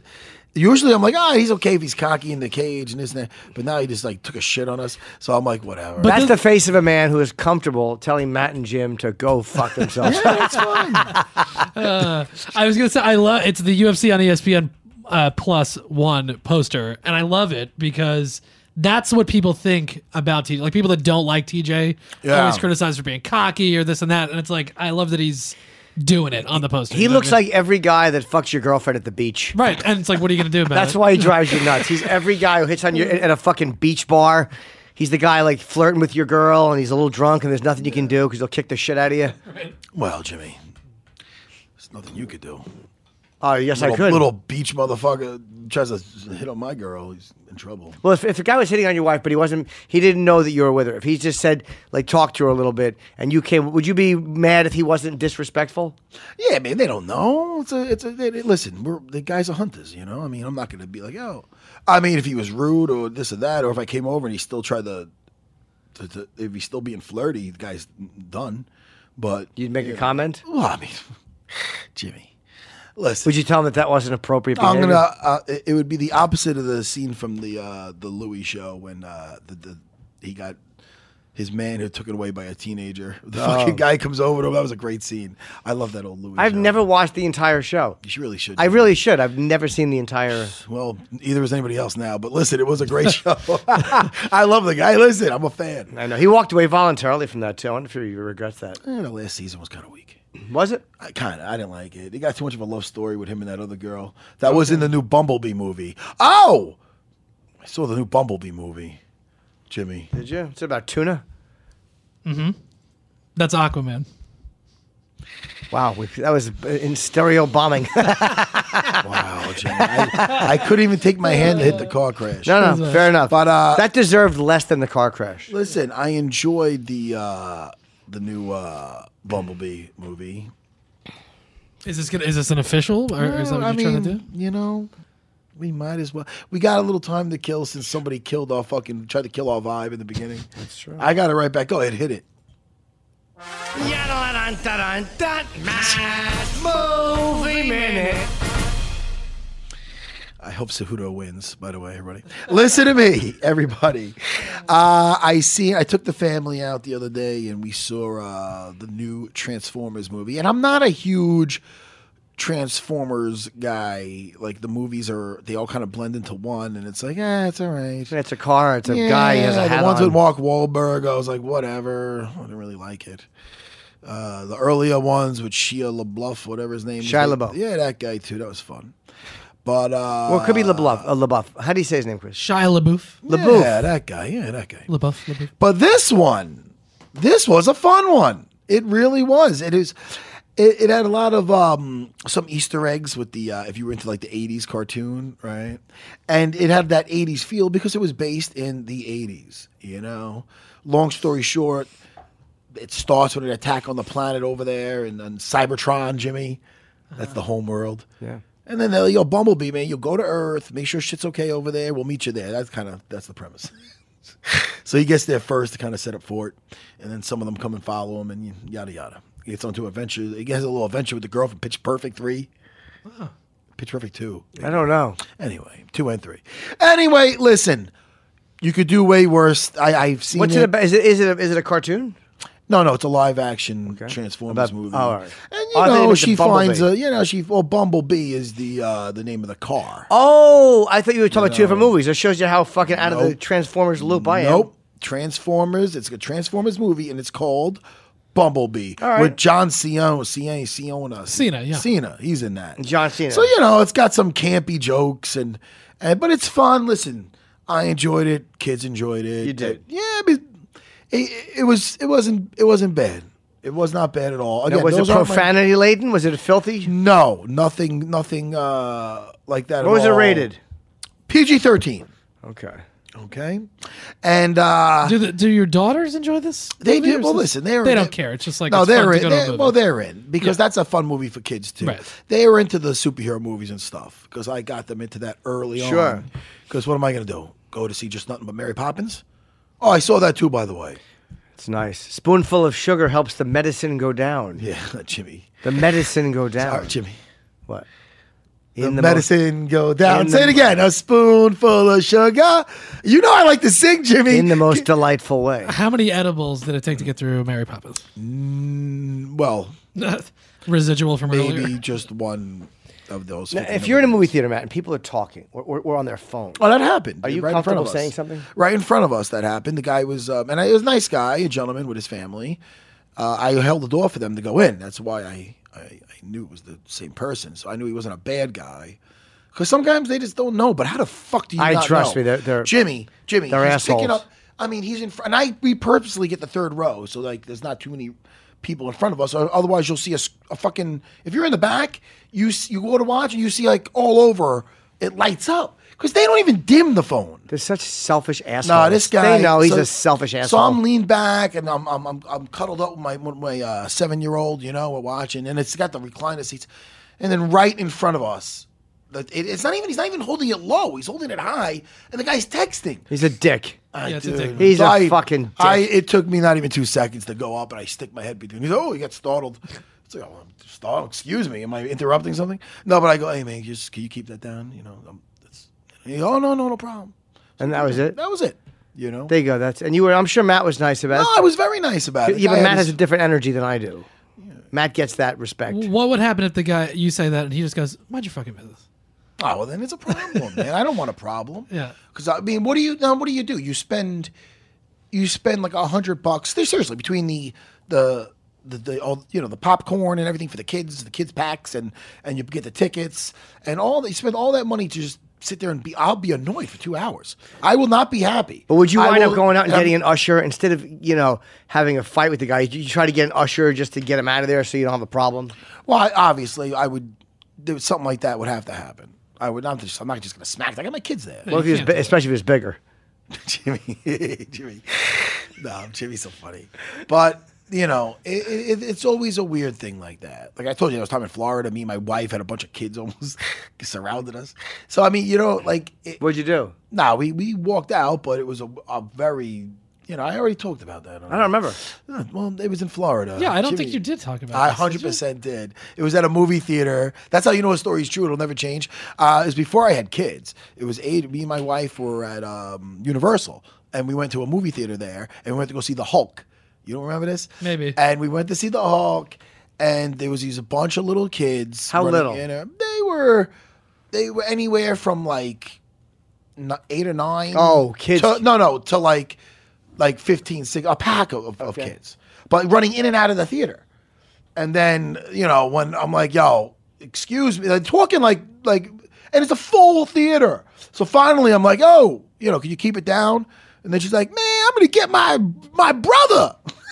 S5: usually, I'm like, ah, he's okay if he's cocky in the cage and this and that. But now he just like took a shit on us. So I'm like, whatever.
S6: But
S2: That's
S6: the-
S2: the face of a man who is comfortable telling Matt and Jim to go fuck
S6: [laughs]
S2: themselves.
S5: that's fine.
S6: I was gonna say I love it's the UFC on E ESPN uh, plus one poster, and I love it because that's what people think about TJ. Like people that don't like TJ
S5: Yeah.
S6: always criticized for being cocky or this and that, and it's like I love that he's doing it on the poster.
S2: He
S6: You know
S2: looks
S6: what I
S2: like every guy that fucks your girlfriend at the beach.
S6: mean? right, and it's like what are you gonna do about
S2: That's
S5: Uh-huh.
S6: it?
S2: why he drives you nuts. He's every guy who hits on you at a fucking beach bar. He's the guy like flirting with your girl, and he's a little drunk, and there's nothing you can do because he'll kick the shit out of you.
S5: well, Jimmy, there's nothing you could do.
S2: Oh, yes,
S5: Little,
S2: I could.
S5: little beach motherfucker tries to hit on my girl. He's in trouble.
S2: Well, if, if a guy was hitting on your wife, but he wasn't, he didn't know that you were with her. If he just said like talk to her a little bit, and you came, would you be mad if he wasn't disrespectful?
S5: Yeah, man, they don't know. It's a, it's a, they, they- listen, we're, the guys are hunters, you know? I mean, I'm not going to be like, oh. I mean, if he was rude or this or that, or if I came over and he still tried to, to, to if he's still being flirty, the guy's done. But,
S2: You'd make a comment.
S5: well, I mean, [sighs] Jimmy, listen.
S2: Would you tell him that that wasn't appropriate?
S5: I'm
S2: Behavior?
S5: gonna. Uh, it- it would be the opposite of the scene from the uh, the Louis show when uh, the, the he got his man who took it away by a teenager. The fucking guy comes over to him. That was a great scene. I love that old Louis.
S2: Oh. I've
S5: show.
S2: never watched the entire show.
S5: You should- really should.
S2: I really should. I've never seen the entire.
S5: Well, either is anybody else now, but listen, it was a great [laughs] show. I love the guy. Listen, I'm a fan.
S2: I know he walked away voluntarily from that too. I wonder if he regrets that.
S5: Eh, the last season was kind of weak.
S2: Was it?
S5: I kind of, I didn't like it. It got too much of a love story with him and that other girl. That was in the new Bumblebee movie. Oh, I saw the new Bumblebee movie, Jimmy.
S2: Did you? It's about tuna.
S6: That's Aquaman.
S2: Wow, we, that was uh, in stereo bombing.
S5: Wow, Oh, Jimmy. I, I couldn't even take my hand to hit the car
S2: [laughs] [laughs]
S5: crash.
S2: no, no, fair enough.
S5: But, uh,
S2: that deserved less than the car crash.
S5: Listen, I enjoyed the uh, the new uh, Bumblebee movie.
S6: Is this gonna, is this an official or, or is that what
S5: Uh, I
S6: you're
S5: mean,
S6: trying to do?
S5: you know, we might as well. We got a little time to kill since somebody killed our fucking tried to kill our vibe in the beginning. That's true. I got it right back. Go ahead, hit it. I hope Cejudo wins, by the way, everybody. Listen to me, [laughs] everybody. Uh, I see I took the family out the other day and we saw uh, the new Transformers movie. And I'm not a huge Transformers guy. Like the movies are they all kind of blend into one and it's like, ah, it's all right.
S2: It's a car. It's a guy. He has a
S5: Yeah,
S2: hat
S5: the ones
S2: on.
S5: with Mark Wahlberg, I was like, whatever. I didn't really like it. Uh, the earlier ones with Shia LaBeouf, whatever his name
S2: Shia
S5: is.
S2: LaBeouf.
S5: Yeah, that guy too. That was fun. But uh
S2: well, it could be LeBluff. Uh, LeBuff. How do you say his name, Chris?
S6: Shia LaBeouf.
S2: LaBeouf.
S5: Yeah, that guy. Yeah, that guy.
S6: LaBeouf. LaBeouf.
S5: But this one, this was a fun one. It really was. It is. It, it had a lot of um, some Easter eggs with the uh, if you were into like the '80s cartoon, right? And it had that '80s feel because it was based in the '80s. You know. Long story short, it starts with an attack on the planet over there and, and Cybertron, Jimmy. That's the home world.
S2: Yeah.
S5: And then they'll, yo, Bumblebee, man, you'll go to Earth, make sure shit's okay over there. We'll meet you there. That's kind of that's the premise. so he gets there first to kind of set up for it, and then some of them come and follow him, and y- yada yada. He gets onto adventure. He has a little adventure with the girl from Pitch Perfect three, Pitch Perfect two.
S2: I don't know.
S5: Anyway, two and three. Anyway, listen, you could do way worse. I, I've seen
S2: What's
S5: it.
S2: it about? Is it is it a, is it a cartoon?
S5: No, no, it's a live action Transformers
S2: About-
S5: movie.
S2: oh, all right.
S5: And you
S2: Oh, I thought you
S5: know,
S2: meant the
S5: she finds a
S2: Bumblebee.
S5: you know she well Bumblebee is the uh, the name of the car.
S2: Oh, I thought you were talking about two different movies. That shows you how fucking out of the
S5: Nope.
S2: Transformers loop I am.
S5: nope, Transformers. It's a Transformers movie, and it's called Bumblebee
S2: right.
S5: with John Ciona, Ciona, Ciona,
S6: Cena, yeah.
S5: Cena. He's in that.
S2: John Cena.
S5: So you know, it's got some campy jokes and, and but it's fun. Listen, I enjoyed it. Kids enjoyed it. Uh,
S2: You did.
S5: yeah, but it, it was it wasn't it wasn't bad. It was not bad at all.
S2: Now,
S5: Again,
S2: was it
S5: those aren't my-
S2: profanity laden? Was it filthy?
S5: No, nothing, nothing uh, like that.
S2: What was it rated?
S5: PG thirteen.
S2: Okay.
S5: Okay, and uh,
S6: Do the, do your daughters enjoy this?
S5: they
S6: movie, or
S5: did. Well,
S6: is this-
S5: listen, they're
S6: they
S5: in
S6: don't
S5: it.
S6: care. It's just like
S5: no,
S6: it's
S5: they're
S6: fun to
S5: in.
S6: go to a
S5: they're-
S6: movie.
S5: well, they're in because
S6: Yeah.
S5: that's a fun movie for kids too.
S6: Right.
S5: They are into the superhero movies and stuff because I got them into that early on.
S2: Sure.
S5: Because what am I going to do? Go to see just nothing but Mary Poppins? Oh, I saw that too, by the way.
S2: It's nice. Spoonful of sugar helps the medicine go down.
S5: Yeah, [laughs] Jimmy.
S2: The medicine go
S5: All
S2: down.
S5: right, Jimmy.
S2: What?
S5: the,
S2: In most-
S5: medicine go down.
S2: in
S5: Say
S2: the
S5: it
S2: mo-
S5: again. A spoonful of sugar. You know I like to sing, Jimmy.
S2: in the most delightful
S5: [laughs]
S2: way.
S6: How many edibles did it take to get through Mary Poppins?
S5: well,
S6: Residual from
S5: maybe
S6: earlier.
S5: just one of those.
S2: Now,
S5: 50
S2: if you're in a
S5: numbers.
S2: movie theater, Matt, and people are talking or, or, or on their phone,
S5: Oh, that happened.
S2: Are you
S5: in front of
S2: comfortable
S5: us.
S2: saying something?
S5: Right in front of us, that happened. The guy was, um, and I, he was a nice guy, a gentleman with his family. Uh, I held the door for them to go in. That's why I, I, I knew it was the same person. So I knew he wasn't a bad guy. Because sometimes they just don't know. But how the fuck do you
S2: I
S5: not
S2: trust
S5: know?
S2: me, they're- they're-
S5: Jimmy, Jimmy.
S2: they're
S5: he's picking
S2: assholes.
S5: up- I mean, he's in front. And I, we purposely get the third row. So, like, there's not too many people in front of us. or Otherwise, you'll see a, s- a fucking. If you're in the back, you, s- you go to watch and you see, like, all over, it lights up. Because they don't even dim the phone.
S2: they're such selfish assholes.
S5: No, this guy.
S2: They know he's
S5: so-
S2: a selfish asshole.
S5: So I'm leaned back and I'm I'm I'm, I'm cuddled up with my with my uh, seven year old. You know, we're watching, and it's got the recliner seats, and then right in front of us, the- it, it's not even he's not even holding it low. He's holding it high, and the guy's texting.
S2: he's a dick.
S5: I-
S6: Yeah, it's a
S5: dude,
S6: dick.
S2: He's a
S5: I-
S2: fucking dick.
S5: I, it took me not even two seconds to go up, and I stick my head between. He's oh, he got startled. It's like, oh, I'm startled. Excuse me, am I interrupting something? No, but I go, hey man, just can you keep that down? You know, I'm, it's, he, oh no, no, no problem.
S2: and that was it.
S5: That was it. You know,
S2: There you go. That's and you were. I'm sure Matt was nice about
S5: No,
S2: it.
S5: I was very nice about it.
S2: yeah,
S5: I
S2: but
S5: had
S2: Matt has a
S5: his-
S2: different energy than I do. Matt gets that respect.
S6: What would happen if the guy you say that and he just goes, "Mind your fucking business."
S5: oh, well, then it's a problem, man. I don't want a problem.
S6: Yeah.
S5: Because I mean, what do you now? What do you do? You spend, you spend like a hundred bucks. There- Seriously, between the the the, the all, you know the popcorn and everything for the kids, the kids packs, and and you get the tickets and all. that- You spend all that money to just sit there and be. I'll be annoyed for two hours. I will not be happy.
S2: But would you
S5: I
S2: wind up
S5: will-
S2: going out and
S5: I'm-
S2: getting an usher instead of you know having a fight with the guy? You try to get an usher just to get him out of there so you don't have a problem.
S5: Well, I, obviously, I would. There, was- something like that would have to happen. I would not just. I'm not just going to smack. I got my kids there.
S2: Well, if he was,
S6: can't
S2: bi-
S6: do that.
S2: especially if he was bigger.
S5: Jimmy, Jimmy. [laughs] No, Jimmy's so funny. But you know, it, it, it's always a weird thing like that. Like I told you, I was time in Florida. Me and my wife had a bunch of kids [laughs] almost surrounded us. So I mean, you know, like it,
S2: What'd you do?
S5: nah, we we walked out, but it was a, a very. You know, I already talked about that.
S2: I don't remember.
S5: remember. Well, it was in Florida.
S6: Yeah, I
S5: Uh,
S6: don't
S5: Jimmy-
S6: think you did talk about.
S5: I
S6: this, did you?
S5: hundred percent did. It was at a movie theater. That's how you know a story's true. It'll never change. Uh, it was before I had kids. It was eight. Me and my wife were at um, Universal, and we went to a movie theater there, and we went to go see the Hulk. You don't remember this?
S6: Maybe.
S5: And we went to see the Hulk, and there was these a bunch of little kids.
S2: How
S5: running
S2: little?
S5: in there. They were, they were anywhere from like n- eight or nine.
S2: Oh, kids.
S5: to- no, no, to like like 15, 16, a pack of, of, of kids, but running in and out of the theater. And then, you know, when I'm like, yo, excuse me, like talking like, like, and it's a full theater. So finally I'm like, oh, you know, can you keep it down? And then she's like, man, I'm going to get my, my brother. [laughs]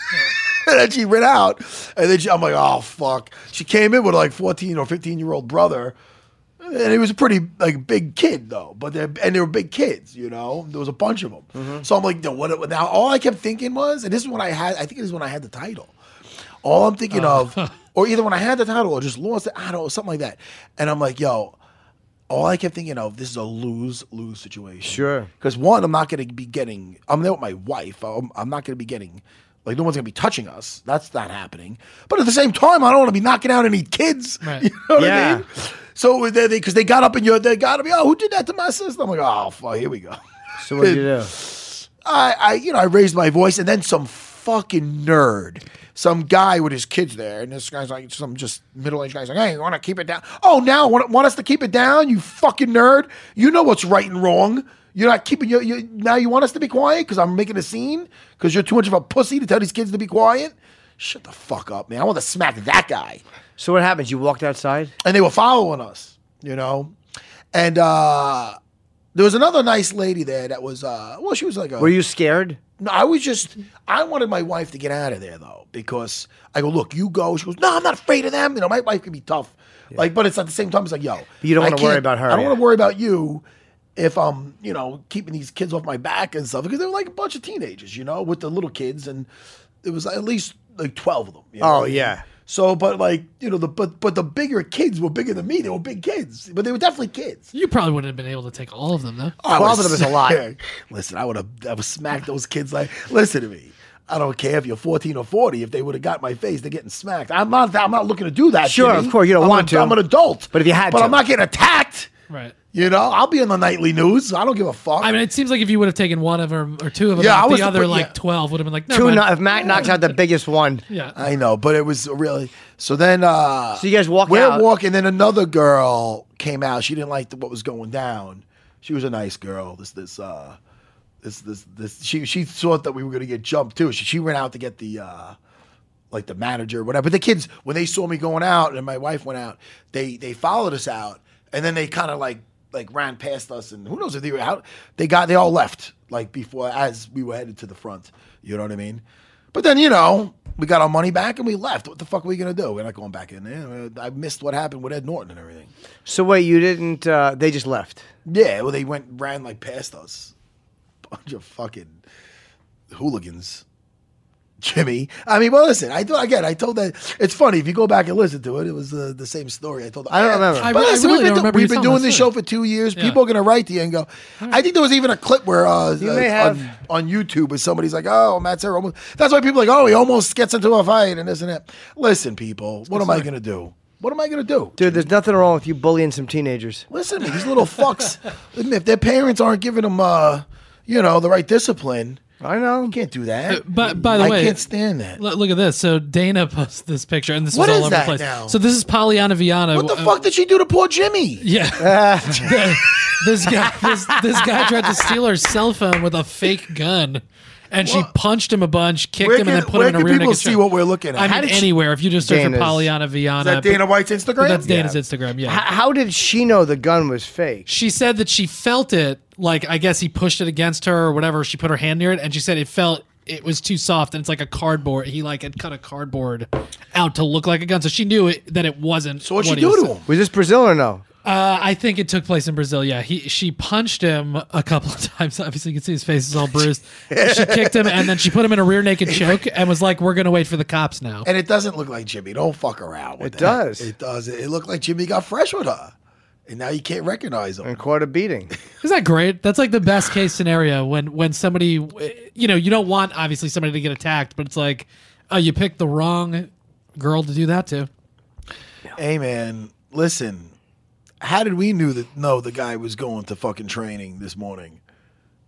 S5: and then she ran out. And then she, I'm like, oh, fuck. She came in with like 14 or 15 year old brother. And he was a pretty like big kid though, but they and they were big kids, you know. There was a bunch of them, so I'm like, no, what? Now all I kept thinking was, and this is when I had, I think this is when I had the title. All I'm thinking of, or either when I had the title or just lost it, I don't know, something like that. And I'm like, yo, all I kept thinking of, this is a lose lose situation.
S2: Sure.
S5: Because one, I'm not going to be getting, I'm there with my wife. I'm, I'm not going to be getting, like, no one's going to be touching us. That's not happening. But at the same time, I don't want to be knocking out any kids. [laughs]
S6: Right.
S5: You know what
S2: Yeah.
S5: I mean? So they, because they got up in your, they got to be, oh, who did that to my sister? I'm like, oh, fuck, here we go.
S2: So what do you do?
S5: I, I, you know, I raised my voice, and then some fucking nerd, some guy with his kids there, and this guy's like, some just middle-aged guy's like, hey, you want to keep it down? Oh, now want, want us to keep it down? You fucking nerd! You know what's right and wrong. You're not keeping your. You, now you want us to be quiet because I'm making a scene because you're too much of a pussy to tell these kids to be quiet. Shut the fuck up, man! I want to smack that guy
S2: So what happens? You walked outside.
S5: and they were following us, you know. And uh there was another nice lady there that was uh well, she was like a
S2: Were you scared?
S5: no, I was just I wanted my wife to get out of there though, because I go, look, you go. She goes, No, I'm not afraid of them. You know, my wife can be tough. Like, but it's at the same time, it's like, yo,
S2: you don't
S5: I
S2: wanna worry
S5: can't-
S2: about her,
S5: I don't want
S2: yeah.
S5: to worry about you if I'm, you know, keeping these kids off my back and stuff. Because they were like a bunch of teenagers, you know, with the little kids and it was at least like twelve of them. you know
S2: Oh,
S5: what I mean?
S2: yeah.
S5: So, but like you know, the but but the bigger kids were bigger than me. They were big kids, but they were definitely kids.
S6: You probably wouldn't have been able to take all of them though.
S5: I
S2: Twelve
S5: would've
S2: of them is a lot.
S5: smacked- [laughs] Listen, I would have I would smacked those kids like, listen to me. I don't care if you're 14 or 40. If they would have got my face, they're getting smacked. I'm not. I'm not looking to do that.
S2: Sure,
S5: Jimmy.
S2: of course, you don't
S5: I'm
S2: want
S5: an-
S2: to.
S5: I'm an adult.
S2: But if you had
S5: but
S2: to.
S5: I'm not getting attacked.
S6: Right.
S5: You know, I'll be in the nightly news. I don't give a fuck.
S6: I mean, it seems like if you would have taken one of them or two of them,
S5: Yeah,
S6: out,
S5: I was
S6: the
S5: the-
S6: other
S5: but
S6: like
S5: yeah.
S6: twelve would have been like no.
S2: Two.
S6: mind.
S2: No, if Mac knocks out the biggest one,
S6: yeah.
S5: I know, but it was really. So then, uh,
S2: So you guys walk
S5: We're
S2: out.
S5: walking, then another girl came out. She didn't like the, what was going down. She was a nice girl. This, this, uh, this, this, this. She, she thought that we were gonna get jumped too. She, she went out to get the, uh, like the manager or whatever. But the kids, when they saw me going out and my wife went out, they they followed us out and then they kind of like like ran past us and who knows if they were out. They got they all left like before as we were headed to the front. You know what I mean? But then you know we got our money back and we left. What the fuck are we gonna do? We're not going back in there. I missed what happened with Ed Norton and everything.
S2: so wait, you didn't. Uh, they just left.
S5: Yeah, well they went ran like past us. Bunch of fucking hooligans. Jimmy. I mean, well, listen. I thought again. I told that it's funny if you go back and listen to it. It was uh, the, the same story I told. I
S2: don't remember.
S6: I
S5: But
S6: re- I
S5: listen,
S6: really
S5: we've been,
S6: don't
S5: do-
S6: remember you
S5: we've been
S6: telling
S5: doing
S6: that
S5: this show
S6: story.
S5: for two years.
S6: Yeah.
S5: People are gonna write to you and go. I think there was even a clip where uh, uh,
S2: may have-
S5: on, on YouTube where somebody's like, "Oh, Matt Serra almost." That's why people are like, "Oh, he almost gets into a fight and this and that." Listen, people, what am I gonna do? What am I gonna do?
S2: Dude, there's nothing wrong with you bullying some teenagers.
S5: Listen to me, these little
S6: [laughs]
S5: fucks. if their parents aren't giving them, uh, you know, the right discipline,
S2: I know.
S5: you can't do that.
S6: but- by the
S5: I
S6: way-
S5: can't stand that.
S6: Look, look at this. So Dana posted this picture, and this
S5: What
S6: was
S5: is
S6: all over
S5: that
S6: the place.
S5: now?
S6: So this is Pollyanna Viana.
S5: what the
S6: Uh,
S5: fuck did she do to poor Jimmy? [laughs]
S6: Yeah. [laughs] this guy, this, this guy tried to steal her cell phone with a fake gun, and she punched him a bunch, kicked
S5: Where
S6: him, and
S5: can-
S6: then put
S5: where
S6: him in a
S5: can
S6: rear
S5: people
S6: naked
S5: see
S6: choke.
S5: what we're looking at? How
S6: I mean,
S5: did she-
S6: anywhere. if you just search for
S2: Dana's.
S6: Pollyanna Viana,
S5: Is that Dana White's Instagram?
S6: that's Dana's Instagram. Yeah.
S2: H- how did she know the gun was fake?
S6: She said that she felt it, like I guess he pushed it against her or whatever. She put her hand near it, and she said it felt it was too soft, and it's like a cardboard. He like had cut a cardboard out to look like a gun, so she knew it, that it wasn't.
S5: So what'd
S6: what
S5: she
S6: he
S5: do
S6: was
S5: to
S6: saying.
S5: him?
S2: Was this Brazil or no?
S6: Uh, I think it took place in Brazil. Yeah, he she punched him a couple of [laughs] times. Obviously, you can see his face is all bruised. she kicked him, and then she put him in a rear naked choke, and was like, "We're gonna wait for the cops now."
S5: And it doesn't look like Jimmy. Don't fuck around with
S2: It
S5: that.
S2: does.
S5: It does. It looked like Jimmy got fresh with her. And now you can't recognize him.
S2: And caught a beating.
S6: Isn't that great? That's like the best case scenario when when somebody, you know, you don't want obviously somebody to get attacked, but it's like, oh, you picked the wrong girl to do that to.
S5: Hey man, listen. How did we knew that no the guy was going to fucking training this morning?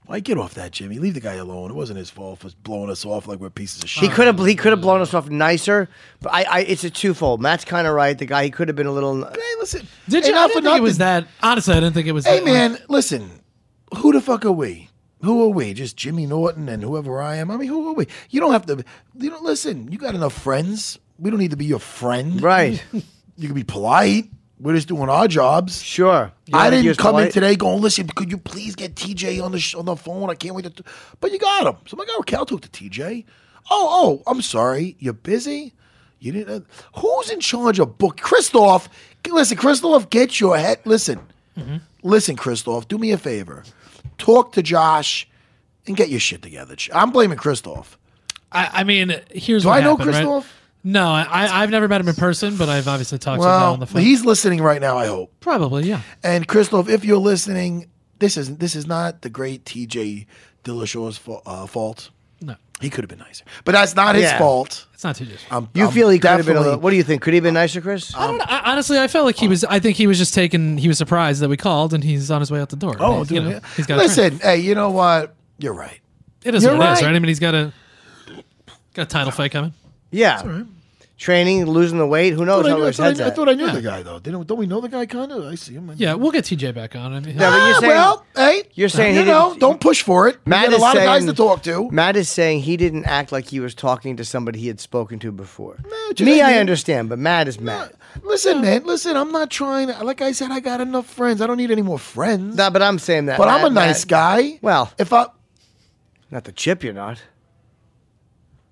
S5: Why get off that, Jimmy? Leave the guy alone. It wasn't his fault for blowing us off like we're pieces of
S2: He
S5: shit.
S2: could have he could have blown us off nicer, but I, I it's a twofold. Matt's kind of right. The guy he could have been a little.
S5: hey, listen.
S6: Did
S5: hey,
S6: you? I
S5: not
S6: didn't
S5: for
S6: think it was
S5: nothing.
S6: that. Honestly, I didn't think it was.
S5: Hey
S6: that
S5: man, listen. Who the fuck are we? Who are we? Just Jimmy Norton and whoever I am. I mean, who are we? You don't have to. You don't listen. You got enough friends. We don't need to be your friend. [laughs]
S2: Right.
S5: You can be polite. We're just doing our jobs.
S2: Sure. You
S5: I
S2: wanna
S5: didn't
S2: use
S5: come in
S2: polite-
S5: today going, listen, could you please get TJ on the sh- on the phone? I can't wait to. T-. But you got him. So I'm like, oh, okay, I'll talk to TJ. Oh, oh, I'm sorry. You're busy? You didn't. Uh, who's in charge of book? Christoph, listen, Christoph, get your head. Listen,
S6: Mm-hmm.
S5: listen, Christoph, do me a favor. Talk to Josh and get your shit together. Ch- I'm blaming Christoph.
S6: I, I mean, here's
S5: Do
S6: what
S5: I know
S6: happened, right?
S5: Christoph?
S6: No, I, I've never met him in person, but I've obviously talked to him now
S5: Well,
S6: on the phone.
S5: he's listening right now. I hope.
S6: Probably, yeah.
S5: And Christoph, if you're listening, this is this is not the great T.J. Dillashaw's fa- uh, fault.
S6: No,
S5: He could have been nicer, but that's not his
S2: Yeah.
S5: fault.
S6: it's not too just.
S5: I'm,
S2: You
S5: I'm
S2: feel he could have been a
S5: definitely-
S2: little. What do you think? Could he have been nicer, Chris?
S5: um,
S6: I don't know. I, honestly, I felt like he was. I think he was just taken. He was surprised that we called, and he's on his way out the door.
S5: Oh,
S6: He's,
S5: dude,
S6: you know,
S5: yeah.
S6: he's got. A
S5: listen. Hey, you know what? You're right.
S6: friend. it is what
S5: you're
S6: it is,
S5: right.
S6: right? I mean, he's got a got a title fight coming.
S2: yeah. Training, losing the weight. Who
S5: I
S2: knows
S5: thought I
S2: how
S5: knew, I
S2: his
S5: thought I
S2: head's
S5: knew, I
S2: at?
S5: thought I knew
S6: Yeah.
S5: the guy though. Didn't, don't we know the guy kind of? I see him. I-
S6: Yeah, we'll get TJ back on. I mean,
S2: Yeah, but you're saying
S5: well, hey,
S2: you're saying
S5: you
S2: he
S5: know,
S2: didn't-
S5: don't push for it.
S2: Matt
S5: Matt got a
S2: is
S5: lot of guys
S2: saying-
S5: to talk to.
S2: Matt is saying he didn't act like he was talking to somebody he had spoken to before.
S5: just-
S2: Me,
S5: I
S2: I,
S5: mean-
S2: understand, but Matt is Matt.
S5: Listen, man. Listen, I'm not trying. Like I said, I got enough friends. I don't need any more friends.
S2: No, but I'm saying that.
S5: but I'm
S2: Matt-
S5: a nice
S2: Matt-
S5: guy.
S2: Well-
S5: if I
S2: Not the chip, you're not.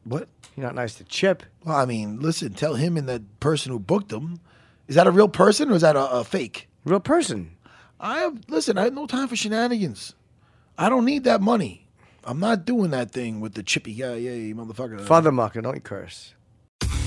S5: what?
S2: You're not nice to Chip.
S5: Well, I mean, listen. Tell him and the person who booked him. Is that a real person or is that a, a fake?
S2: Real person.
S5: I have listen. I have no time for shenanigans. I don't need that money. I'm not doing that thing with the chippy guy, yeah, yeah, motherfucker.
S2: Father Mucker, don't curse.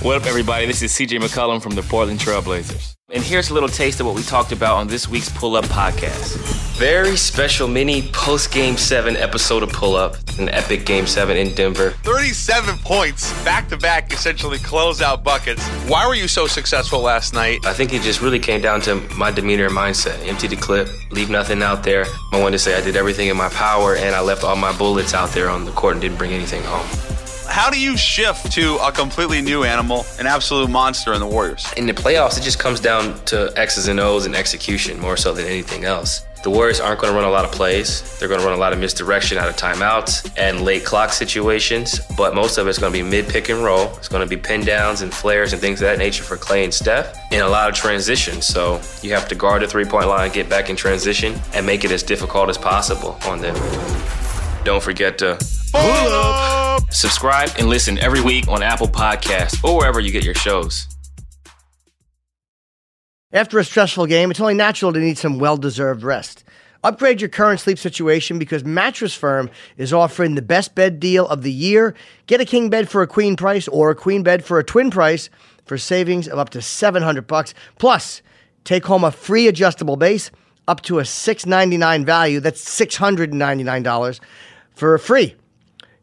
S7: What up, everybody? This is CJ McCollum from the Portland Trailblazers. And here's a little taste of what we talked about on this week's Pull Up Podcast. Very special mini post Game 7 episode of Pull Up, an epic Game 7 in Denver.
S8: 37 points, back to back, essentially closeout buckets. Why were you so successful last night?
S7: I think it just really came down to my demeanor and mindset. Empty the clip, leave nothing out there. I wanted to say I did everything in my power and I left all my bullets out there on the court and didn't bring anything home.
S8: How do you shift to a completely new animal, an absolute monster in the Warriors?
S7: In the playoffs, it just comes down to X's and O's and execution more so than anything else. The Warriors aren't going to run a lot of plays. They're going to run a lot of misdirection out of timeouts and late clock situations, but most of it's going to be mid pick and roll. It's going to be pin downs and flares and things of that nature for Clay and Steph, and a lot of transition. So you have to guard the three point line, get back in transition, and make it as difficult as possible on them. Don't forget to subscribe and listen every week on Apple Podcasts or wherever you get your shows.
S2: After a stressful game, it's only natural to need some well deserved rest. Upgrade your current sleep situation because Mattress Firm is offering the best bed deal of the year. Get a king bed for a queen price or a queen bed for a twin price for savings of up to 700 bucks. Plus, take home a free adjustable base up to a $699 value. That's $699 for free.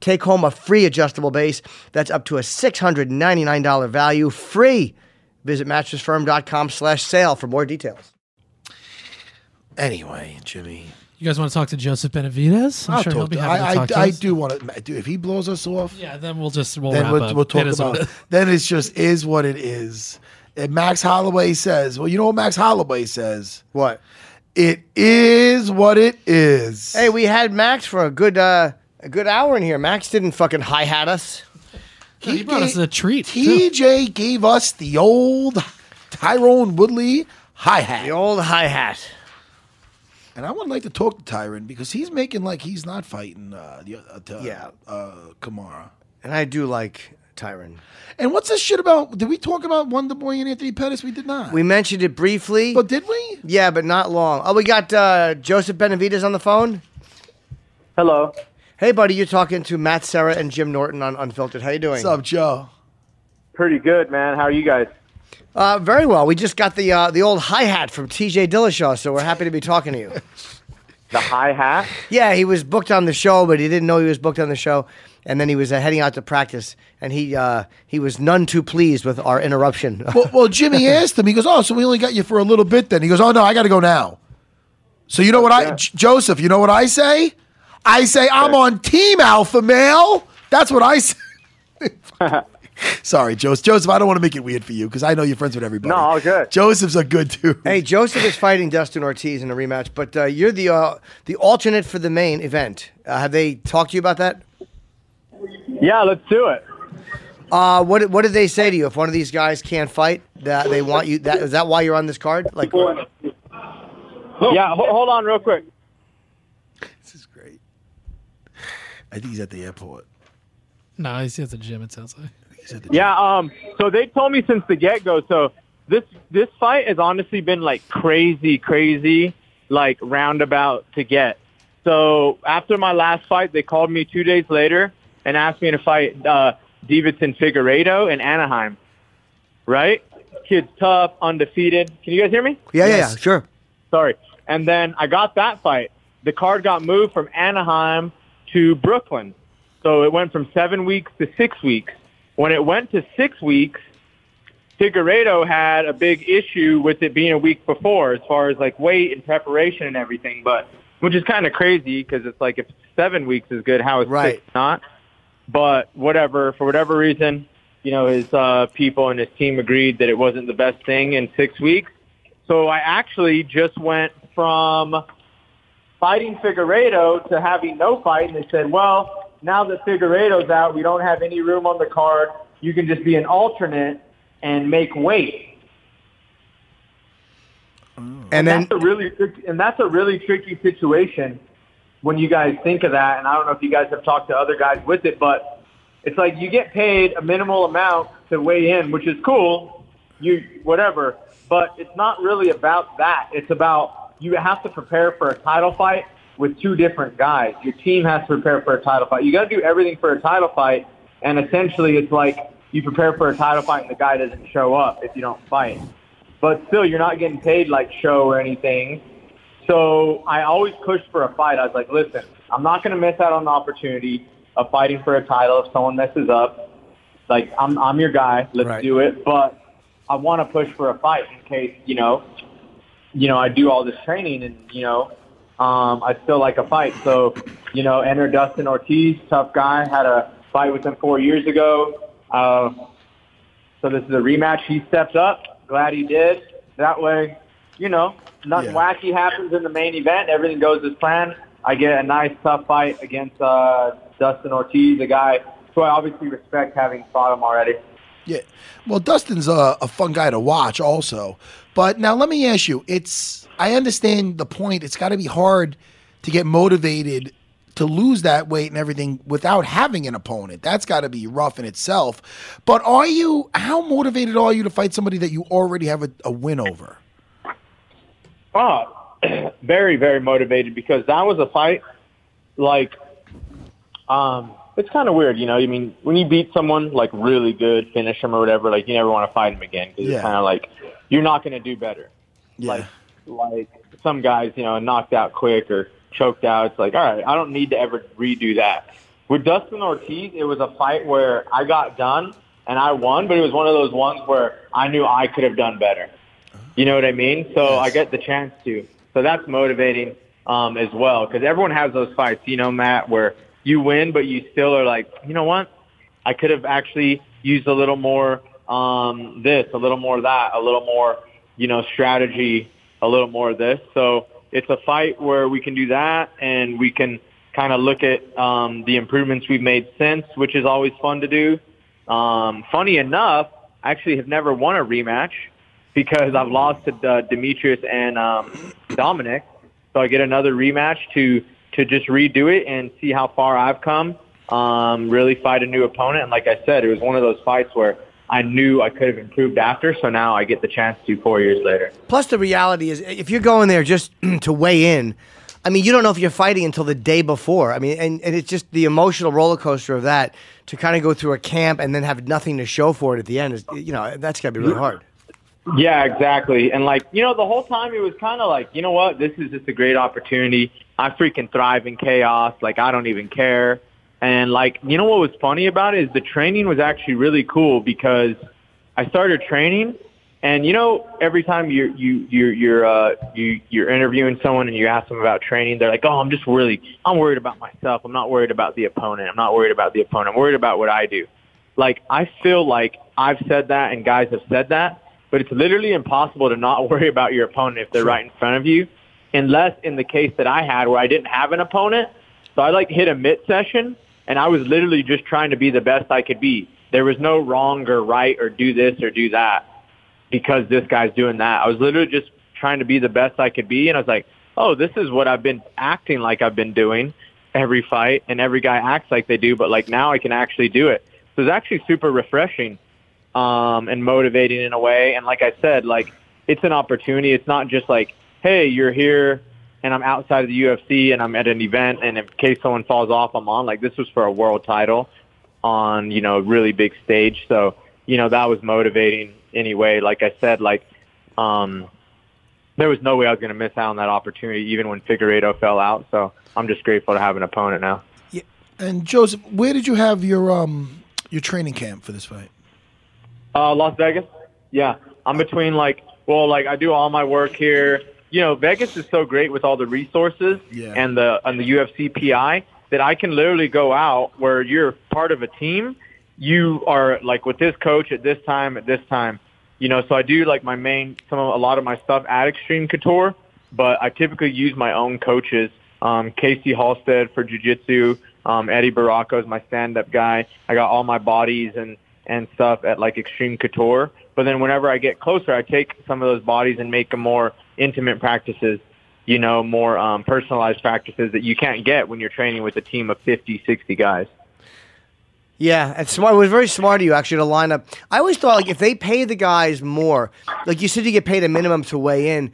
S2: Take home a free adjustable base that's up to a $699 value free. Visit mattressfirm.com slash sale for more details.
S5: Anyway, Jimmy,
S6: You guys want to talk to Joseph Benavides? I'm
S5: I'll
S6: sure he'll
S5: talk
S6: be
S5: to,
S6: happy
S5: I,
S6: to
S5: I,
S6: talk to
S5: I
S6: us.
S5: do want to. Dude, if he blows us off,
S6: Yeah, then we'll just we'll
S5: then
S6: wrap
S5: we'll,
S6: up.
S5: we'll talk
S6: It is what [laughs]
S5: about.
S6: it-
S5: then it's just is what it is. And Max Holloway says, "Well, you know what Max Holloway says?
S2: What?
S5: It is what it is."
S2: Hey, we had Max for a good uh, a good hour in here. Max didn't fucking hi-hat us.
S6: he, brought us a treat. too.
S5: TJ gave us the old Tyrone Woodley hi hat.
S2: The old hi-hat.
S5: And I would like to talk to Tyron because he's making like he's not fighting uh, the uh, t-
S2: Yeah.
S5: uh, Kamara.
S2: And I do like Tyron.
S5: And what's this shit about? Did we talk about Wonder Boy and Anthony Pettis? We did not.
S2: We mentioned it briefly.
S5: but did we?
S2: yeah, but not long. Oh, we got uh, Joseph Benavides on the phone.
S3: Hello.
S2: Hey, buddy, you're talking to Matt Serra and Jim Norton on Unfiltered. How you doing?
S5: What's up, Joe?
S3: Pretty good, man. How are you guys?
S2: Uh, very well. We just got the uh, the old hi hat from T.J. Dillashaw, so we're happy to be talking to you.
S3: [laughs] The hi hat.
S2: yeah, he was booked on the show, but he didn't know he was booked on the show, and then he was uh, heading out to practice, and he uh, he was none too pleased with our interruption. [laughs]
S5: Well, well, Jimmy asked him. He goes, "Oh, so we only got you for a little bit." Then he goes, "Oh no, I got to go now." So you know what I, J- Joseph? You know what I say? I say I'm on Team Alpha Male. That's what I say. Sorry, Joseph. Joseph, I don't want to make it weird for you because I know you're friends with everybody.
S3: No, all good.
S5: Joseph's a good dude.
S2: hey, Joseph is fighting Dustin Ortiz in a rematch, but uh, you're the uh, the alternate for the main event. Uh, have they talked to you about that?
S3: Yeah, let's do it.
S2: Uh, what did- what did they say to you? If one of these guys can't fight, that they want you. That is that why you're on this card? Like,
S3: Yeah, ho- hold on real quick.
S5: I think he's at the airport.
S6: No, he's at the gym. It sounds like.
S3: Yeah. Um. So they told me since the get go. So this this fight has honestly been like crazy, crazy, like roundabout to get. So after my last fight, they called me two days later and asked me to fight uh, Davidson Figueredo in Anaheim. Right? Kid's tough, undefeated. Can you guys hear me?
S2: yeah, yeah, yeah, sure.
S3: Sorry. And then I got that fight. The card got moved from Anaheim to Brooklyn. So it went from seven weeks to six weeks. When it went to six weeks, Figueredo had a big issue with it being a week before as far as like weight and preparation and everything, but which is kind of crazy because it's like if seven weeks is good, how is six not? But whatever, for whatever reason, you know, his uh, people and his team agreed that it wasn't the best thing in six weeks. So I actually just went from fighting Figueredo to having no fight, and they said, well, now that Figueredo's out, we don't have any room on the card. You can just be an alternate and make weight.
S2: And then
S3: that's a really trick- and that's a really tricky situation when you guys think of that. And I don't know if you guys have talked to other guys with it, but it's like you get paid a minimal amount to weigh in, which is cool. You whatever, but it's not really about that. It's about you have to prepare for a title fight with two different guys. Your team has to prepare for a title fight. You got to do everything for a title fight, and essentially it's like you prepare for a title fight and the guy doesn't show up if you don't fight but still you're not getting paid like show or anything. So I always pushed for a fight. I was like, listen, I'm not going to miss out on the opportunity of fighting for a title if someone messes up. Like I'm, I'm your guy. Let's do it. But I want to push for a fight in case you know, you know, I do all this training and you know, um, I still like a fight. So you know, enter Dustin Ortiz, tough guy. Had a fight with him four years ago. Uh, so this is a rematch. He stepped up. Glad he did. That way, you know, nothing wacky happens in the main event. Everything goes as planned. I get a nice tough fight against uh, Dustin Ortiz, a guy who I obviously respect having fought him already.
S5: Yeah. Well, Dustin's a, a fun guy to watch, also. But now let me ask you: It's I understand the point. It's got to be hard to get motivated to lose that weight and everything without having an opponent. That's got to be rough in itself. But are you? How motivated are you to fight somebody that you already have a, a win over?
S3: Oh, [clears throat] very, very motivated because that was a fight. Like, um, it's kind of weird, you know. I mean, when you beat someone like really good, finish them or whatever, like you never want to fight them again because
S9: Yeah.
S3: it's kind of like you're not going to do better.
S9: Yeah.
S3: like some guys, you know, knocked out quick or choked out. It's like, all right, I don't need to ever redo that. With Dustin Ortiz, it was a fight where I got done and I won, but it was one of those ones where I knew I could have done better. You know what I mean? So I get the chance to. So that's motivating um, as well because everyone has those fights, you know, Matt, where you win, but you still are like, you know what? I could have actually used a little more um, this, a little more that, a little more, you know, strategy, a little more of this. So it's a fight where we can do that and we can kind of look at um, the improvements we've made since, which is always fun to do. Um, funny enough, I actually have never won a rematch because I've lost to uh, Demetrius and um, Dominic. So I get another rematch to to just redo it and see how far I've come. Um, really fight a new opponent, and like I said, it was one of those fights where I knew I could have improved after. So now I get the chance to four years later.
S2: Plus, the reality is, if you're going there just [clears throat] to weigh in, I mean, you don't know if you're fighting until the day before. I mean, and, and it's just the emotional roller coaster of that to kind of go through a camp and then have nothing to show for it at the end is, you know, that's got to be really hard.
S3: Yeah, exactly. And like, you know, the whole time it was kind of like, you know what? This is just a great opportunity. I freaking thrive in chaos. Like, I don't even care. And like, you know what was funny about it is the training was actually really cool because I started training and you know, every time you you you you're uh, you you're interviewing someone and you ask them about training, they're like, "Oh, I'm just really I'm worried about myself. I'm not worried about the opponent. I'm not worried about the opponent. I'm worried about what I do." Like I feel like I've said that and guys have said that, but it's literally impossible to not [laughs] worry about your opponent if they're right in front of you, unless in the case that I had where I didn't have an opponent, so I like hit a mid session and I was literally just trying to be the best I could be. There was no wrong or right or do this or do that because this guy's doing that. I was literally just trying to be the best I could be, and I was like, oh, this is what I've been acting like I've been doing every fight, and every guy acts like they do, but like now I can actually do it. So it's actually super refreshing um, and motivating in a way. And like I said, like it's an opportunity. It's not just like, hey, you're here and I'm outside of the UFC and I'm at an event and in case someone falls off, I'm on. Like this was for a world title on, you know, a really big stage. So, you know, that was motivating anyway. Like I said, like, um, there was no way I was going to miss out on that opportunity, even when Figueredo fell out. So I'm just grateful to have an opponent now.
S5: And Joseph, where did you have your um your training camp for this fight?
S3: Uh, Las Vegas. Yeah, I'm between like, well, like I do all my work here. You know, Vegas is so great with all the resources
S5: Yeah.
S3: and the and the UFC PI that I can literally go out where you're part of a team. You are like with this coach at this time at this time. You know, so I do like my main some of, a lot of my stuff at Extreme Couture, but I typically use my own coaches. Um, Casey Halstead for jiu-jitsu. Um, Eddie Baracco is my stand-up guy. I got all my bodies and and stuff at like Extreme Couture. But then whenever I get closer, I take some of those bodies and make them more intimate practices, you know, more um, personalized practices that you can't get when you're training with a team of 50, 60 guys.
S2: Yeah, it's smart. It was very smart of you actually to line up. I always thought like if they pay the guys more, like you said, you get paid a minimum to weigh in,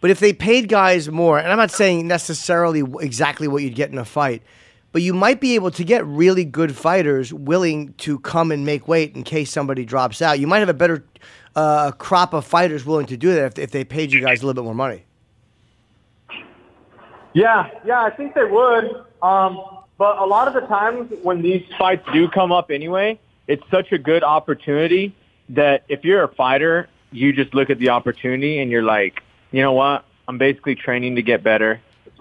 S2: but if they paid guys more, and I'm not saying necessarily w- exactly what you'd get in a fight, but you might be able to get really good fighters willing to come and make weight in case somebody drops out. You might have a better uh, crop of fighters willing to do that if, if they paid you guys a little bit more money.
S3: Yeah, yeah, I think they would. Um, but a lot of the times when these fights do come up anyway, it's such a good opportunity that if you're a fighter, you just look at the opportunity and you're like, you know what? I'm basically training to get better. Is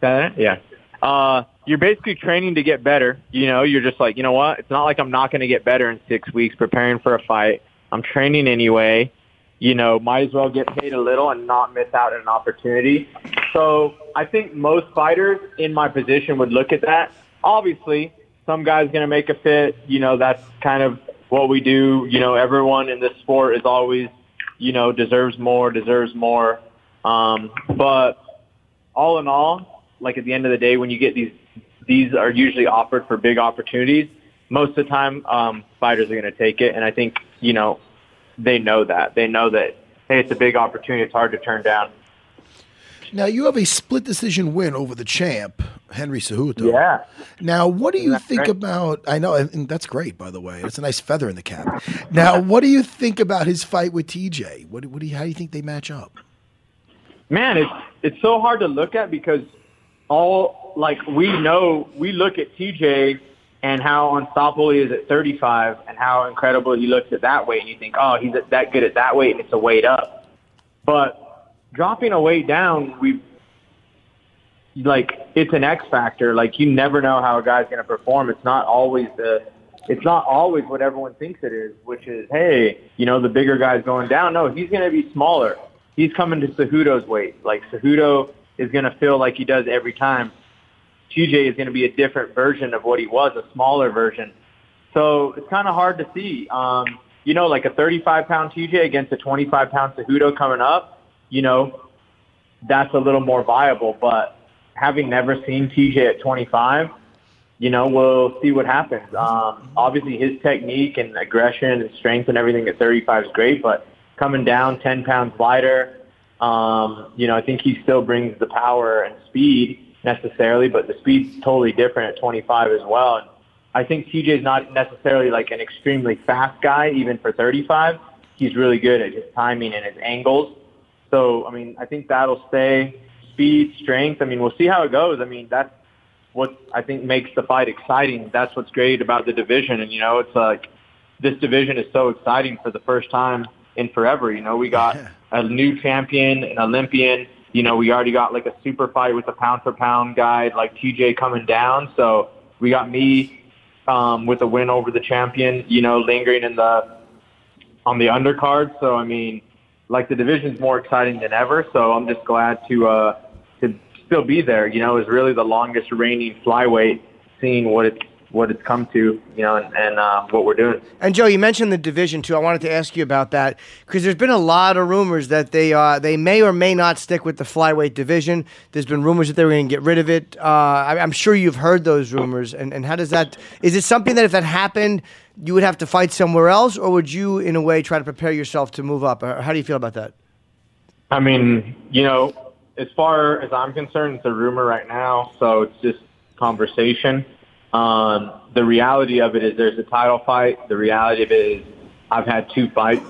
S3: that it? Yeah. Uh, you're basically training to get better. You know, you're just like, you know what? It's not like I'm not going to get better in six weeks preparing for a fight. I'm training anyway. You know, might as well get paid a little and not miss out on an opportunity. So I think most fighters in my position would look at that. Obviously, some guy's going to make a fit. You know, that's kind of what we do. You know, everyone in this sport is always, you know, deserves more, deserves more. Um, but all in all, like at the end of the day, when you get these, these are usually offered for big opportunities. Most of the time, um, fighters are going to take it, and I think you know they know that. They know that hey, it's a big opportunity. It's hard to turn down.
S5: Now you have a split decision win over the champ Henry Cejudo.
S3: Yeah.
S5: Now, what do you
S3: That's
S5: think
S3: right.
S5: about? I know, and and that's great, by the way. It's a nice feather in the cap. Now, what do you think about his fight with TJ? What, do- what do you, how do you think they match up?
S3: man, it's it's so hard to look at because all like we know we look at TJ and how unstoppable he is at 35 and how incredible he looks at that weight and you think, oh, he's at that good at that weight and it's a weight up. But dropping a weight down, we like it's an X factor. Like you never know how a guy's going to perform. It's not always the it's not always what everyone thinks it is, which is, hey, you know, the bigger guy's going down. No, he's going to be smaller. He's coming to Cejudo's weight. Like Cejudo is going to feel like he does every time. TJ is going to be a different version of what he was, a smaller version. So it's kind of hard to see. Um, you know, like a 35 pound TJ against a 25 pound Cejudo coming up, you know, that's a little more viable. But having never seen TJ at 25, you know, we'll see what happens. Um, obviously, his technique and aggression and strength and everything at 35 is great, but coming down 10 pounds lighter, um, you know, I think he still brings the power and speed necessarily, but the speed's totally different at 25 as well. And I think TJ's not necessarily like an extremely fast guy, even for 35. He's really good at his timing and his angles. So, I mean, I think that'll stay. Speed, strength. I mean, we'll see how it goes. I mean, that's what I think makes the fight exciting. That's what's great about the division. And, you know, it's like this division is so exciting for the first time in forever. You know, we got a new champion, an Olympian. You know, we already got like a super fight with a pound for pound guy like TJ coming down. So we got me um, with a win over the champion, you know, lingering in the on the undercard. So, I mean, like the division's more exciting than ever. So I'm just glad to uh, to still be there. You know, is really the longest reigning flyweight, seeing what it's what it's come to, you know, and, and uh, what we're doing.
S2: And Joe, you mentioned the division too. I wanted to ask you about that because there's been a lot of rumors that they uh, they may or may not stick with the flyweight division. There's been rumors that they were going to get rid of it. Uh, I, I'm sure you've heard those rumors. And, and how does that? Is it something that if that happened, you would have to fight somewhere else, or would you, in a way, try to prepare yourself to move up? Or how do you feel about that?
S3: I mean, you know, as far as I'm concerned, it's a rumor right now, so it's just conversation. Um, the reality of it is there's a title fight. The reality of it is I've had two fights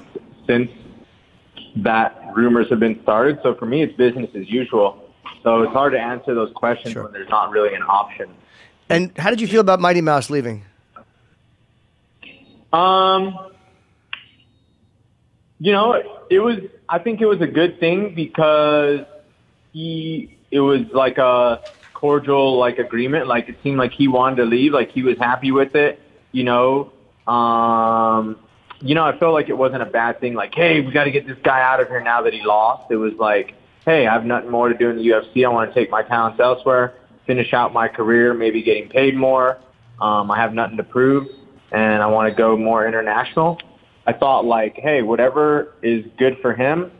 S3: since that rumors have been started. So for me, it's business as usual. So it's hard to answer those questions when there's not really an option.
S2: And how did you feel about Mighty Mouse leaving?
S3: Um, you know, it was. I think it was a good thing because he. It was like a cordial like agreement. Like it seemed like he wanted to leave. Like he was happy with it. You know. Um, you know, I felt like it wasn't a bad thing. Like, hey, we got to get this guy out of here now that he lost. It was like, hey, I have nothing more to do in the UFC. I want to take my talents elsewhere, finish out my career, maybe getting paid more. Um, I have nothing to prove, and I want to go more international. I thought like, hey, whatever is good for him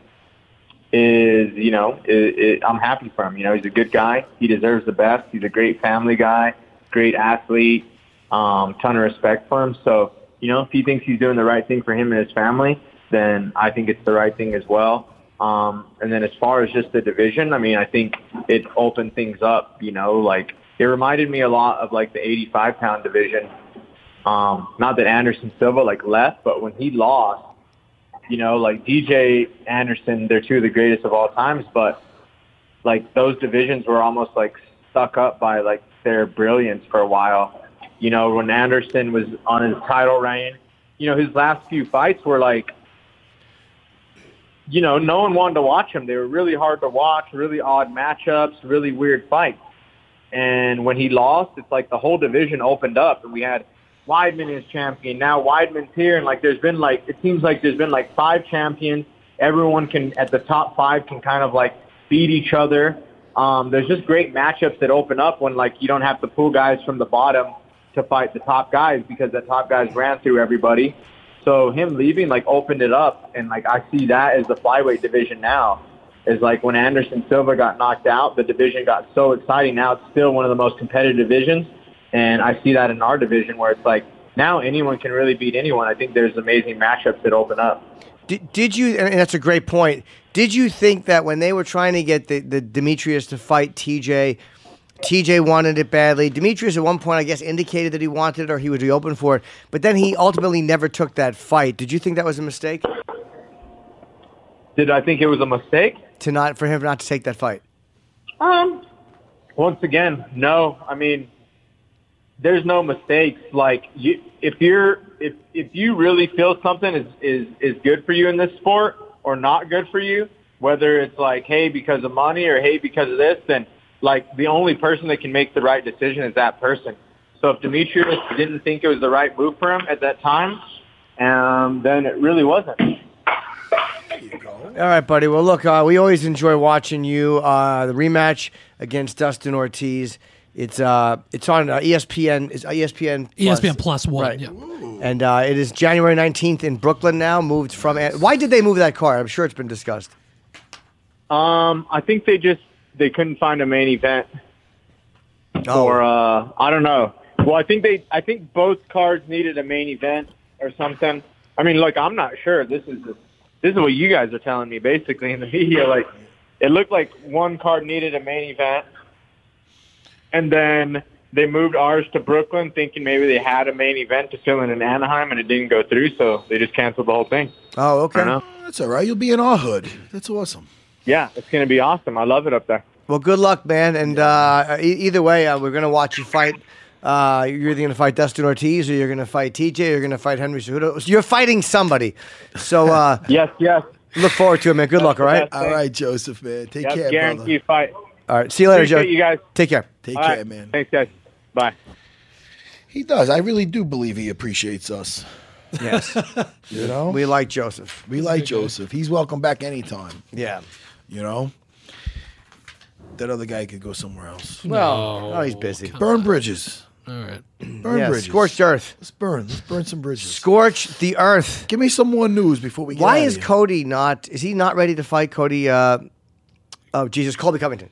S3: is, you know, it, it, I'm happy for him. You know, he's a good guy. He deserves the best. He's a great family guy, great athlete. Um, ton of respect for him. So, you know, if he thinks he's doing the right thing for him and his family, then I think it's the right thing as well. Um, and then as far as just the division, I mean, I think it opened things up. You know, like it reminded me a lot of like the 85 pound division um, not that Anderson Silva like left, but when he lost, you know, like DJ Anderson, they're two of the greatest of all times, but like those divisions were almost like stuck up by like their brilliance for a while. You know, when Anderson was on his title reign, you know, his last few fights were like, you know, no one wanted to watch him. They were really hard to watch, really odd matchups, really weird fights. And when he lost, it's like the whole division opened up and we had Weidman is champion. Now Weidman's here, and like there's been like it seems like there's been like five champions. Everyone can at the top five can kind of like beat each other. Um, there's just great matchups that open up when like you don't have to pull guys from the bottom to fight the top guys because the top guys ran through everybody. So him leaving like opened it up, and like I see that as the flyweight division now is like when Anderson Silva got knocked out, the division got so exciting. Now it's still one of the most competitive divisions. And I see that in our division where it's like now anyone can really beat anyone. I think there's amazing matchups that open up.
S2: Did, did you, and that's a great point, did you think that when they were trying to get the, the Demetrius to fight TJ, TJ wanted it badly. Demetrius at one point, I guess, indicated that he wanted it or he would be open for it, but then he ultimately never took that fight. Did you think that was a mistake?
S3: Did I think it was a mistake?
S2: To not, for him not to take that fight?
S3: Um, once again, no. I mean, there's no mistakes. Like you, if you're if if you really feel something is is is good for you in this sport or not good for you, whether it's like hey because of money or hey because of this, then like the only person that can make the right decision is that person. So if Demetrius didn't think it was the right move for him at that time, um, then it really wasn't.
S2: All right, buddy. Well, look, uh, we always enjoy watching you. Uh, the rematch against Dustin Ortiz. It's uh, it's on uh, ESPN. Is ESPN
S6: ESPN Plus One.
S2: Right.
S6: Yeah.
S2: And uh, it is January 19th in Brooklyn now, moved from. Why did they move that car? I'm sure it's been discussed.
S3: Um, I think they just they couldn't find a main event, or uh, I don't know. Well, I think they I think both cards needed a main event or something. I mean, look, I'm not sure. This is this is what you guys are telling me basically in the [laughs] media. Like, it looked like one card needed a main event, and then they moved ours to Brooklyn, thinking maybe they had a main event to fill in in Anaheim, and it didn't go through, so they just canceled the whole thing.
S2: Oh, okay.
S10: That's all right. You'll be in our hood. That's awesome.
S3: Yeah, it's going to be awesome. I love it up there.
S2: Well, good luck, man. And uh, e- either way, uh, we're going to watch you fight. Uh, you're either going to fight Dustin Ortiz or you're going to fight TJ or you're going to fight Henry Cejudo. So you're fighting somebody. So
S3: [laughs]
S2: uh,
S3: yes, yes.
S2: Look forward to it, man. Good luck. All right.
S10: All right, Joseph, man. Take
S3: Yep,
S10: care, brother.
S3: guarantee fight.
S2: All right. See you later, Joe.
S3: Appreciate you guys.
S2: Take care.
S10: Take
S3: All
S10: care,
S3: right.
S10: man.
S3: Thanks, guys. Bye.
S10: He does. I really do believe he appreciates us.
S2: Yes.
S10: You know,
S2: we like Joseph.
S10: we like Joseph. He's welcome back anytime.
S2: Yeah.
S10: You know, that other guy could go somewhere else.
S2: Well, oh, he's busy.
S10: Burn bridges.
S6: All right.
S5: Burn
S2: Yeah,
S5: bridges.
S2: scorched earth.
S5: Let's burn. Let's burn some bridges.
S2: Scorch the earth.
S5: Give me some more news before we get
S2: Why
S5: outta
S2: is
S5: here.
S2: Cody not? Is he not ready to fight Cody? Uh, oh Jesus, Colby Covington.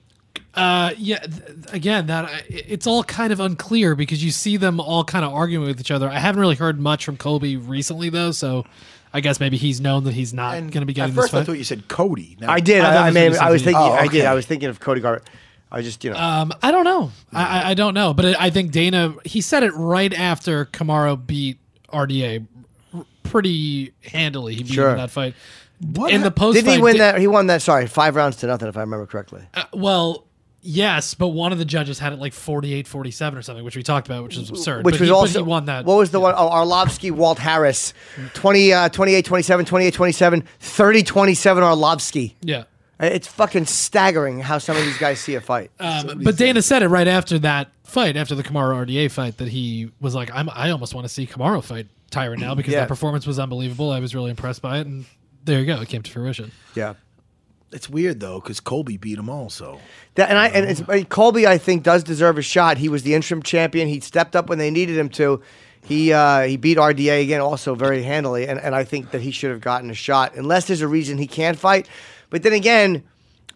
S6: Uh, yeah. th- again, that I- it's all kind of unclear because you see them all kind of arguing with each other. I haven't really heard much from Colby recently though, so I guess maybe he's known that he's not going to be
S5: At
S6: getting this
S5: first, I
S6: fight.
S5: thought you said Cody. Now,
S2: I did.
S6: I thought
S2: I, I,
S6: this
S2: mean,
S6: was
S2: I was
S6: something-
S2: thinking.
S5: Oh,
S2: I did.
S5: okay.
S2: I was thinking of Cody Garber. I just, you know,
S6: Um, I don't know. I, I- I don't know, but I think Dana he said it right after Camaro beat RDA r- pretty handily. He beat him
S2: Sure.
S6: in that fight.
S5: What
S6: in the
S5: hap-
S6: post?
S2: didn't he win that? He won that. Sorry, five rounds to nothing, if I remember correctly.
S6: Uh, well, yes, but one of the judges had it like 48-47 or something, which we talked about, which is absurd.
S2: Which
S6: But
S2: was
S6: he, but
S2: also
S6: he won that.
S2: What was the one? Oh, Arlovsky, Walt Harris, 20, uh, 28, 27, 28, 27, 30, 27. Arlovsky.
S6: yeah.
S2: Uh, It's fucking staggering how some of these guys see a fight.
S6: Um, but Dana said it right after that fight, after the Kamara RDA fight, that he was like, I'm, I almost want to see Kamara fight Tyron now because
S2: Yeah.
S6: that performance was unbelievable. I was really impressed by it. And there you go. It came to fruition.
S2: yeah.
S5: It's weird though, because Colby beat him also.
S2: That, and I and it's, uh, Colby, I think, does deserve a shot. He was the interim champion. He stepped up when they needed him to. He uh, he beat RDA again, also very handily, and, and I think that he should have gotten a shot, unless there's a reason he can't fight. But then again,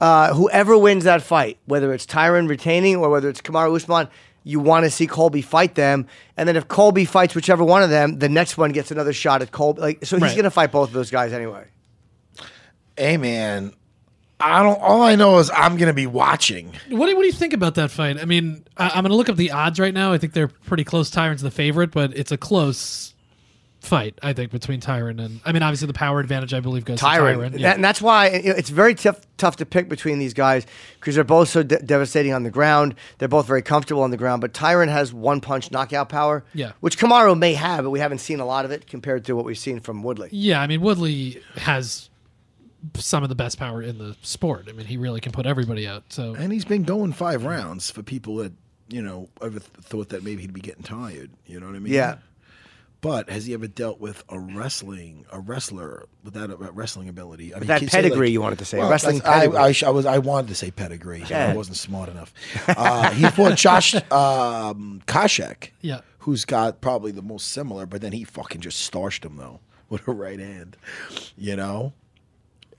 S2: uh, whoever wins that fight, whether it's Tyron retaining or whether it's Kamaru Usman, you want to see Colby fight them. And then if Colby fights whichever one of them, the next one gets another shot at Colby. Like so, he's
S6: Right.
S2: going to fight both of those guys anyway.
S5: Hey man, I don't. All I know is I'm gonna be watching.
S6: What do, what do you think about that fight? I mean, I, I'm going to look up the odds right now. I think they're pretty close. Tyron's the favorite, but it's a close fight, I think, between Tyron and. I mean, obviously, the power advantage, I believe, goes
S2: Tyron.
S6: to Tyron.
S2: That- and that's why you know, it's very tough tough to pick between these guys because they're both so de- devastating on the ground. They're both very comfortable on the ground, but Tyron has one punch knockout power,
S6: Yeah.
S2: which Kamaru may have, but we haven't seen a lot of it compared to what we've seen from Woodley.
S6: Yeah, I mean Woodley has some of the best power in the sport. I mean, he really can put everybody out. So
S5: And he's been going five rounds for people that you know ever th- thought that maybe he'd be getting tired. You know what I mean?
S2: Yeah.
S5: But has he ever dealt with a wrestling a wrestler without a a wrestling ability? I mean,
S2: that
S5: you could say,
S2: pedigree you wanted to say, wrestling
S5: that's- I-
S2: pedigree.
S5: I, sh- I was I wanted to say pedigree. but I wasn't smart enough. Uh, he fought Josh um, Koshek.
S6: Yeah.
S5: Who's got probably the most similar, but then he fucking just starched him though [laughs] with a right hand. You know,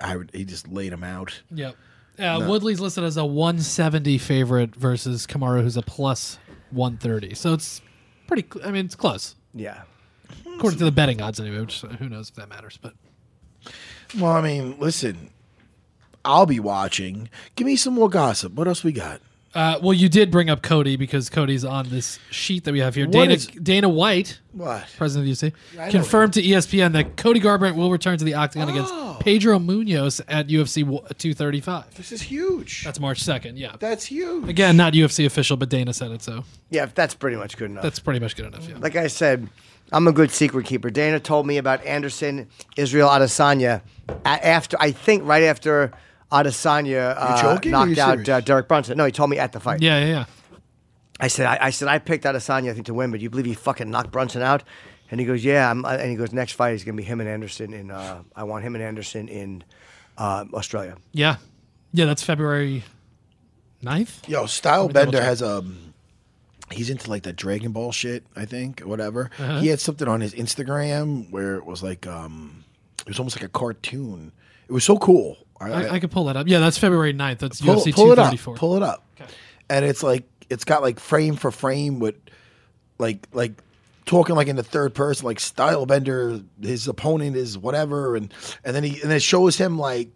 S5: I would, he just laid him out.
S6: yeah, uh, Woodley's listed as a 170 favorite versus Kamara, who's a plus 130. So it's pretty. Cl- I mean, it's close
S2: Yeah.
S6: according to the betting odds anyway. Which uh, who knows if that matters, but
S5: Well, I mean, listen, I'll be watching. Give me some more gossip. What else we got?
S6: Uh, well, you did bring up Cody because Cody's on this sheet that we have here.
S5: What
S6: Dana
S5: is-
S6: Dana White,
S5: What?
S6: president of the
S5: I know
S6: UFC, confirmed to E ESPN that Cody Garbrandt will return to the octagon
S5: Oh.
S6: against Pedro Munoz at UFC w- 235.
S5: This is huge.
S6: That's March 2nd. Yeah.
S5: That's huge.
S6: Again, not UFC official, but Dana said it, so
S2: Yeah, that's pretty much good enough.
S6: that's pretty much good enough. Yeah.
S2: like I said, I'm a good secret keeper. Dana told me about Anderson Israel Adesanya a- after I think right after Adesanya uh,
S5: joking or you
S2: knocked out
S5: serious?
S2: uh, Derek Brunson. No, he told me at the fight.
S6: Yeah, yeah, yeah.
S2: I said, I, I said, I picked Adesanya, I think, to win, but you believe he fucking knocked Brunson out? And he goes, yeah. I'm, uh," and he goes, next fight is going to be him and Anderson in, uh, I want him and Anderson in uh, Australia.
S6: Yeah. Yeah, that's February 9th.
S5: Yo, Style
S6: me double
S5: Bender
S6: check.
S5: has a. He's into like that Dragon Ball shit, I think, or whatever.
S6: Uh-huh.
S5: He had something on his Instagram where it was like, um, it was almost like a cartoon. It was so cool.
S6: I, I could pull that up. Yeah, that's February 9th. That's
S5: pull,
S6: UFC
S5: pull it up.
S6: 234.
S5: Pull it up. And it's like it's got like frame for frame with like like talking like in the third person, like style bender, his opponent is whatever, and and then he and it shows him like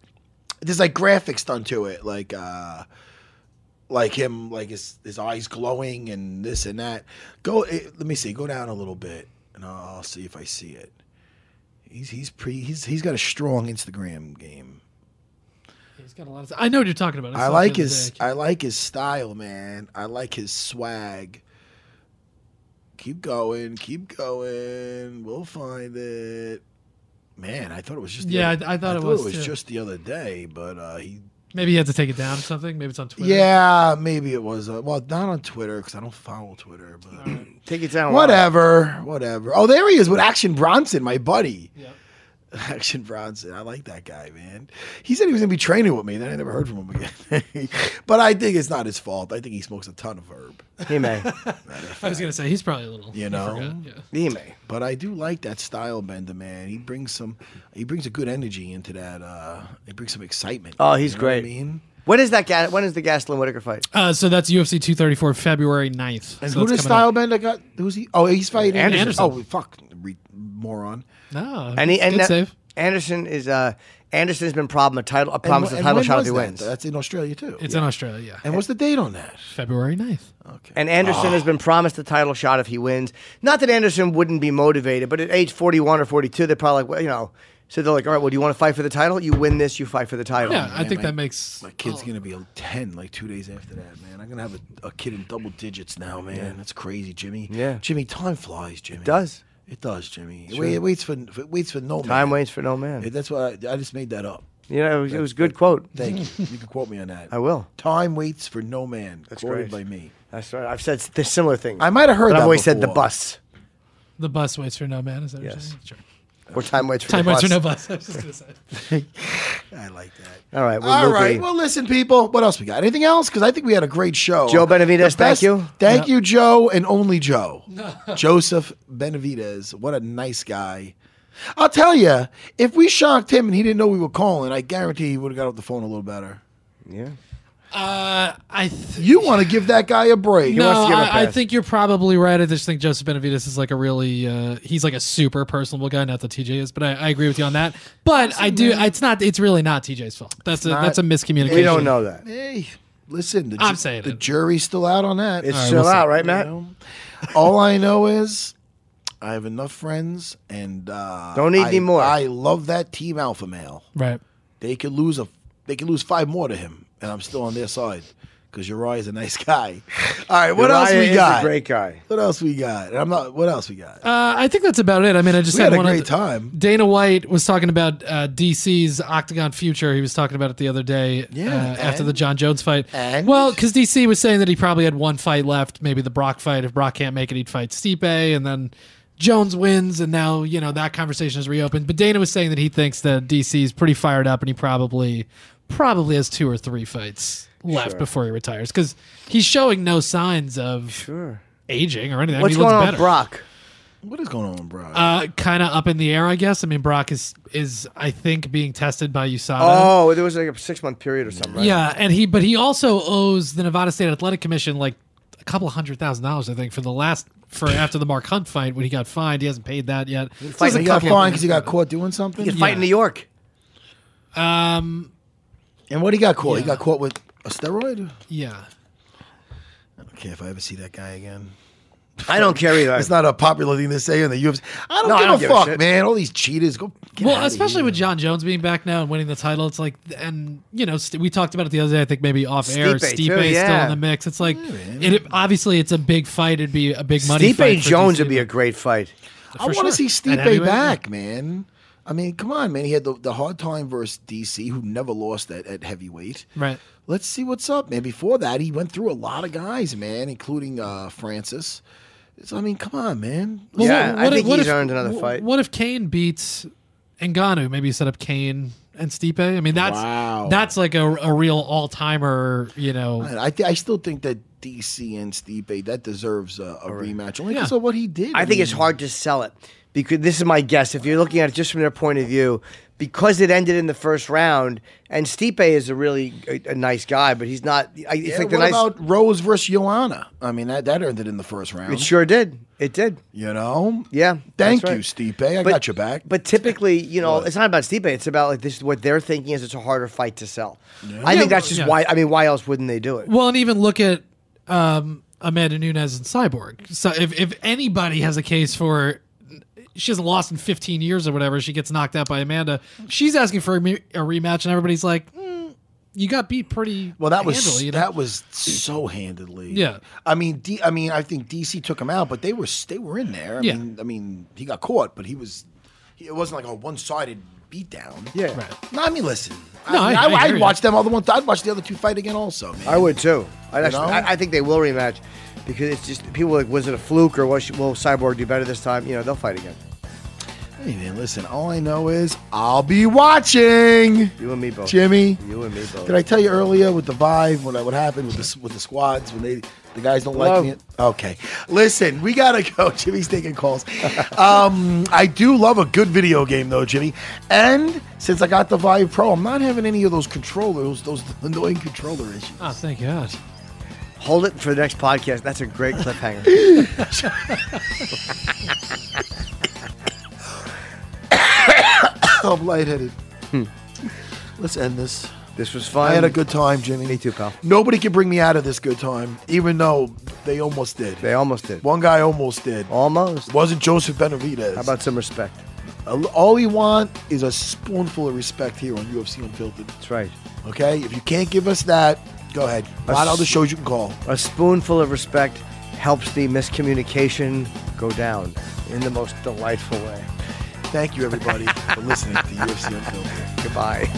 S5: there's like graphics done to it, like uh like him like his his eyes glowing and this and that. Go eh, let me see, go down a little bit and I'll, I'll see if I see it. He's he's pretty he's he's got a strong Instagram game.
S6: He's got a lot of I know what you're talking about.
S5: I
S6: saw it
S5: like
S6: the other
S5: his
S6: day.
S5: I like his style, man. I like his swag. Keep going, keep going. We'll find it. Man, I thought it was just the
S6: Yeah,
S5: other-
S6: I- I thought it was, too.
S5: just the other day, but uh, he
S6: Maybe he had to take it down or something. Maybe it's on Twitter.
S5: yeah, maybe it was. Uh, well, not on Twitter because I don't follow Twitter, but
S2: Take it down.
S5: Oh, whatever, whatever. Oh, there he is with Action Bronson, my buddy. [laughs] Action Bronson. I like that guy, man. He said he was going to be training with me. Then I never heard from him again. [laughs] but I think it's not his fault. I think he smokes a ton of herb. [laughs]
S2: He may.
S6: I was gonna say he's probably a little.
S5: You
S6: I
S5: know,
S6: forgot, yeah.
S2: He may.
S5: But I do like that style bender, man. He brings some. He brings a good energy into that. Uh, he brings some excitement.
S2: Oh, he's
S5: You know what
S2: great.
S5: I mean,
S2: When is that? Ga- when is the Gastelum Whitaker fight?
S6: Uh, so that's UFC 234, February 9th.
S5: and
S6: so
S5: who
S6: that's
S5: does
S6: coming
S5: style
S6: up.
S5: bender got? Who's he? Oh, he's fighting
S6: Anderson.
S5: Oh, fuck, re- moron.
S6: No,
S2: And he and
S6: good
S2: that-
S6: save.
S2: Anderson is uh Anderson's been problem a title a
S5: And
S2: promise
S5: wh-
S2: a
S5: and
S2: title
S5: when
S2: shot
S5: was
S2: if he
S5: that,
S2: wins.
S5: though? That's in Australia too.
S6: It's in Australia. Yeah,
S5: and Oh, what's the date on that?
S6: February 9th.
S2: And Anderson has been promised a title shot if he wins. Not that Anderson wouldn't be motivated, but at age 41 or 42, they're probably like, well, you know, so they're like, all right, well, do you want to fight for the title? You win this, you fight for the title.
S6: Yeah, I
S5: man,
S6: think
S5: my-
S6: that makes
S5: My kid's
S2: Oh.
S5: gonna be a ten like two days after that, man. I'm gonna have a, a kid in double digits now, man. That's crazy, Jimmy.
S2: Yeah.
S5: Jimmy, time flies, Jimmy. It
S2: does.
S5: It does, Jimmy. It, wait, it waits for it waits for no
S2: Time
S5: man.
S2: waits for no man.
S5: Yeah, That's why I, I just made that up.
S2: you know, it was, it was a good quote.
S5: Thank you. You can quote me on that.
S2: [laughs] I will.
S5: Time waits for no man. That's quoted
S2: great.
S5: by me.
S2: That's right. I've said s- similar things.
S5: I might have heard
S2: But
S5: that
S2: I've always said the
S5: before.
S2: bus.
S6: the bus waits for no man. Is that what
S2: Yes.
S6: you're saying? Sure.
S2: Or time waits for
S6: Time
S2: the
S6: waits for
S2: bus.
S6: no bus. [laughs] I was just gonna say.
S5: I like that.
S2: All right. Well,
S5: All
S2: Luke,
S5: right.
S2: we-
S5: Well, listen, people. What else we got? Anything else? Because I think we had a great show.
S2: Joe Benavidez,
S5: The
S2: thank you.
S5: Thank you, Joe, and
S2: [laughs]
S5: only Joe. Joseph Benavidez. What a nice guy. I'll tell you, if we shocked him and he didn't know we were calling, I guarantee he would have got off the phone a little better.
S2: yeah.
S6: Uh, I th-
S5: You want to give that guy a break?
S6: no,
S2: wants to give a
S6: I, I
S2: pass.
S6: think you're probably right. I just think Joseph Benavides is like a really uh, he's like a super personable guy. Not that TJ is, but I, I agree with you on that. But I do. It's not. It's really not TJ's fault. That's a that's a miscommunication.
S2: We don't know that.
S5: Hey, listen. The,
S6: I'm
S5: ju-
S6: saying
S5: the
S6: it.
S5: jury's still out on that.
S2: It's
S6: right,
S2: still
S6: we'll see.
S2: out, right, Matt?
S5: You know? [laughs] All I know is I have enough friends, and uh,
S2: Don't need
S5: I-
S2: any more.
S5: I love that team alpha male.
S6: Right.
S5: They could lose a, they could lose five more to him, and I'm still on their side because Uriah's a nice
S2: [laughs]
S5: guy. All right, what else
S2: Uriah
S5: we
S2: is
S5: got?
S2: A great guy.
S5: What else we got? And I'm not. What else we got?
S6: Uh, I think that's about it. I mean, I just
S5: We
S6: had,
S5: had a
S6: one
S5: great
S6: other-
S5: time.
S6: Dana White was talking about uh, DC's Octagon future. He was talking about it the other day.
S5: Yeah,
S6: uh, after
S5: and-
S6: the John Jones fight.
S5: and-
S6: well, because DC was saying that he probably had one fight left, maybe the Brock fight. If Brock can't make it, he'd fight Stipe, and then Jones wins, and now you know that conversation is reopened. But Dana was saying that he thinks that DC is pretty fired up, and he probably probably has two or three fights left before he retires because he's showing no signs of aging or anything. I mean,
S2: What's
S6: he
S2: going
S6: looks
S2: on, with
S6: better.
S2: Brock?
S5: what is going on, bro?
S6: Uh, kind of up in the air, I guess. I mean, Brock is is I think being tested by USADA.
S2: Oh, there was like a six month period or something, right?
S6: yeah, and he but he also owes the Nevada State Athletic Commission like a couple hundred thousand dollars, I think, for the last for after the Mark Hunt fight when he got fined. He hasn't paid that yet.
S2: Fight
S5: he
S2: in
S5: got
S2: Tokyo.
S5: fined because he got caught doing something.
S2: He could fight in New York.
S5: And what he got caught? He
S6: Yeah.
S5: got caught with a steroid.
S6: Yeah,
S5: Okay, if I ever see that guy again.
S2: I don't care either.
S5: It's not a popular thing to say in the UFC. I don't
S2: No, I
S5: give
S2: don't
S5: a
S2: give a
S5: fuck,
S2: shit.
S5: man. All these cheaters go. get
S6: well,
S5: outta
S6: especially
S5: here.
S6: with John Jones being back now and winning the title, it's like, and you know, st- we talked about it the other day. I think maybe off air,
S2: Stipe,
S6: Stipe
S2: too,
S6: still
S2: yeah.
S6: in the mix. It's like, it, obviously, it's a big fight. It'd be a big money.
S2: Stipe
S6: fight for
S2: Jones
S6: DC,
S2: would be a great fight.
S5: I
S6: for
S5: want to
S6: sure.
S5: see
S6: At
S5: Stipe
S6: heavyweight,
S5: back, man. I mean, come on, man. He had the, the hard time versus DC, who never lost at, at heavyweight.
S6: Right.
S5: Let's see what's up, man. Before that, he went through a lot of guys, man, including uh, Francis. So, I mean, come on, man.
S6: Well,
S2: Yeah, I think he's earned another
S6: wh-
S2: fight.
S6: What if Kane beats Ngannou? Maybe you set up Kane and Stipe. I mean, that's
S5: Wow.
S6: that's like a, a real all timer. You know,
S5: Man, I, th- I still think that DC and Stipe, that deserves a, a rematch. Only
S6: Yeah.
S5: because of what he did.
S2: I think it's
S5: mean,
S2: hard to sell it because this is my guess. If you're looking at it just from their point of view, because it ended in the first round, and Stipe is a really a, a nice guy, but he's not. I, it's
S5: Yeah,
S2: like the
S5: what
S2: nice.
S5: about Rose versus Joanna? I mean, that, that earned it in the first round.
S2: it sure did. It did.
S5: You know?
S2: Yeah,
S5: Thank
S2: that's
S5: you,
S2: right.
S5: Stipe. I
S2: But-
S5: got your back.
S2: But typically, you know, it's not about Stipe. It's about like this. What they're thinking is it's a harder fight to sell. I think that's just
S6: Yeah.
S2: why. I mean, why else wouldn't they do it?
S6: well, and even look at um, Amanda Nunes and Cyborg. So if if anybody has a case for. She hasn't lost in 15 years or whatever. She gets knocked out by Amanda. She's asking for a, me- a rematch, and everybody's like, "Mm, "You got beat pretty
S5: Well, that was
S6: handily, you know?
S5: that was so handedly.
S6: Yeah.
S5: I mean, D, I mean, I think DC took him out, but they were they were in there. I
S6: Yeah.
S5: mean, I mean, he got caught, but he was. He, it wasn't like a one sided beatdown.
S2: Yeah.
S6: Right.
S5: No, I mean, listen.
S6: No,
S5: I, mean,
S6: I- I
S5: I,
S6: hear
S5: would
S6: you.
S5: watch them other one. I'd watch the other two fight again, also. Man.
S2: I would too. I,
S5: You
S2: actually,
S5: know?
S2: I, I think they will rematch because it's just people are like was it a fluke or was, will Cyborg do better this time? You know, they'll fight again.
S5: Hey man, listen. All I know is I'll be watching.
S2: You and me both.
S5: Jimmy.
S2: You and me both.
S5: Did I tell you earlier with the vibe what I- what happened with the with the squads when they the guys don't like me? Okay, listen, we gotta [laughs] go. Jimmy's taking calls. um, I do love a good video game though, Jimmy. And since I got the Vive Pro, I'm not having any of those controllers, those [laughs] annoying controller issues.
S6: Oh, thank God.
S2: Hold it for the next podcast. That's a
S5: [laughs]
S2: great cliffhanger.
S5: I'm lightheaded. Let's end this.
S2: This was fun.
S5: I had a good time, Jimmy.
S2: Me too, pal.
S5: Nobody can bring me out of this good time, even though they almost did.
S2: They almost did.
S5: One guy almost did.
S2: Almost.
S5: Wasn't Joseph Benavidez.
S2: How about some respect?
S5: All we want is a spoonful of respect here on UFC Unfiltered.
S2: That's right.
S5: Okay? If you can't give us that, go ahead. A lot of other shows you can call.
S2: A spoonful of respect helps the miscommunication go down in the most delightful way.
S5: Thank you, everybody, for listening to UFC Unfiltered.
S2: Goodbye.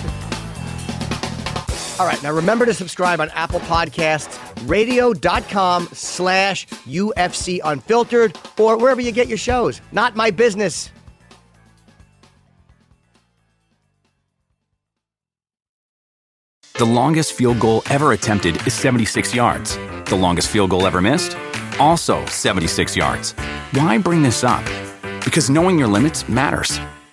S2: All right, now remember to subscribe on Apple Podcasts, radio.com slash UFC Unfiltered, or wherever you get your shows. Not my business.
S11: The longest field goal ever attempted is 76 yards. The longest field goal ever missed? Also 76 yards. Why bring this up? Because knowing your limits matters,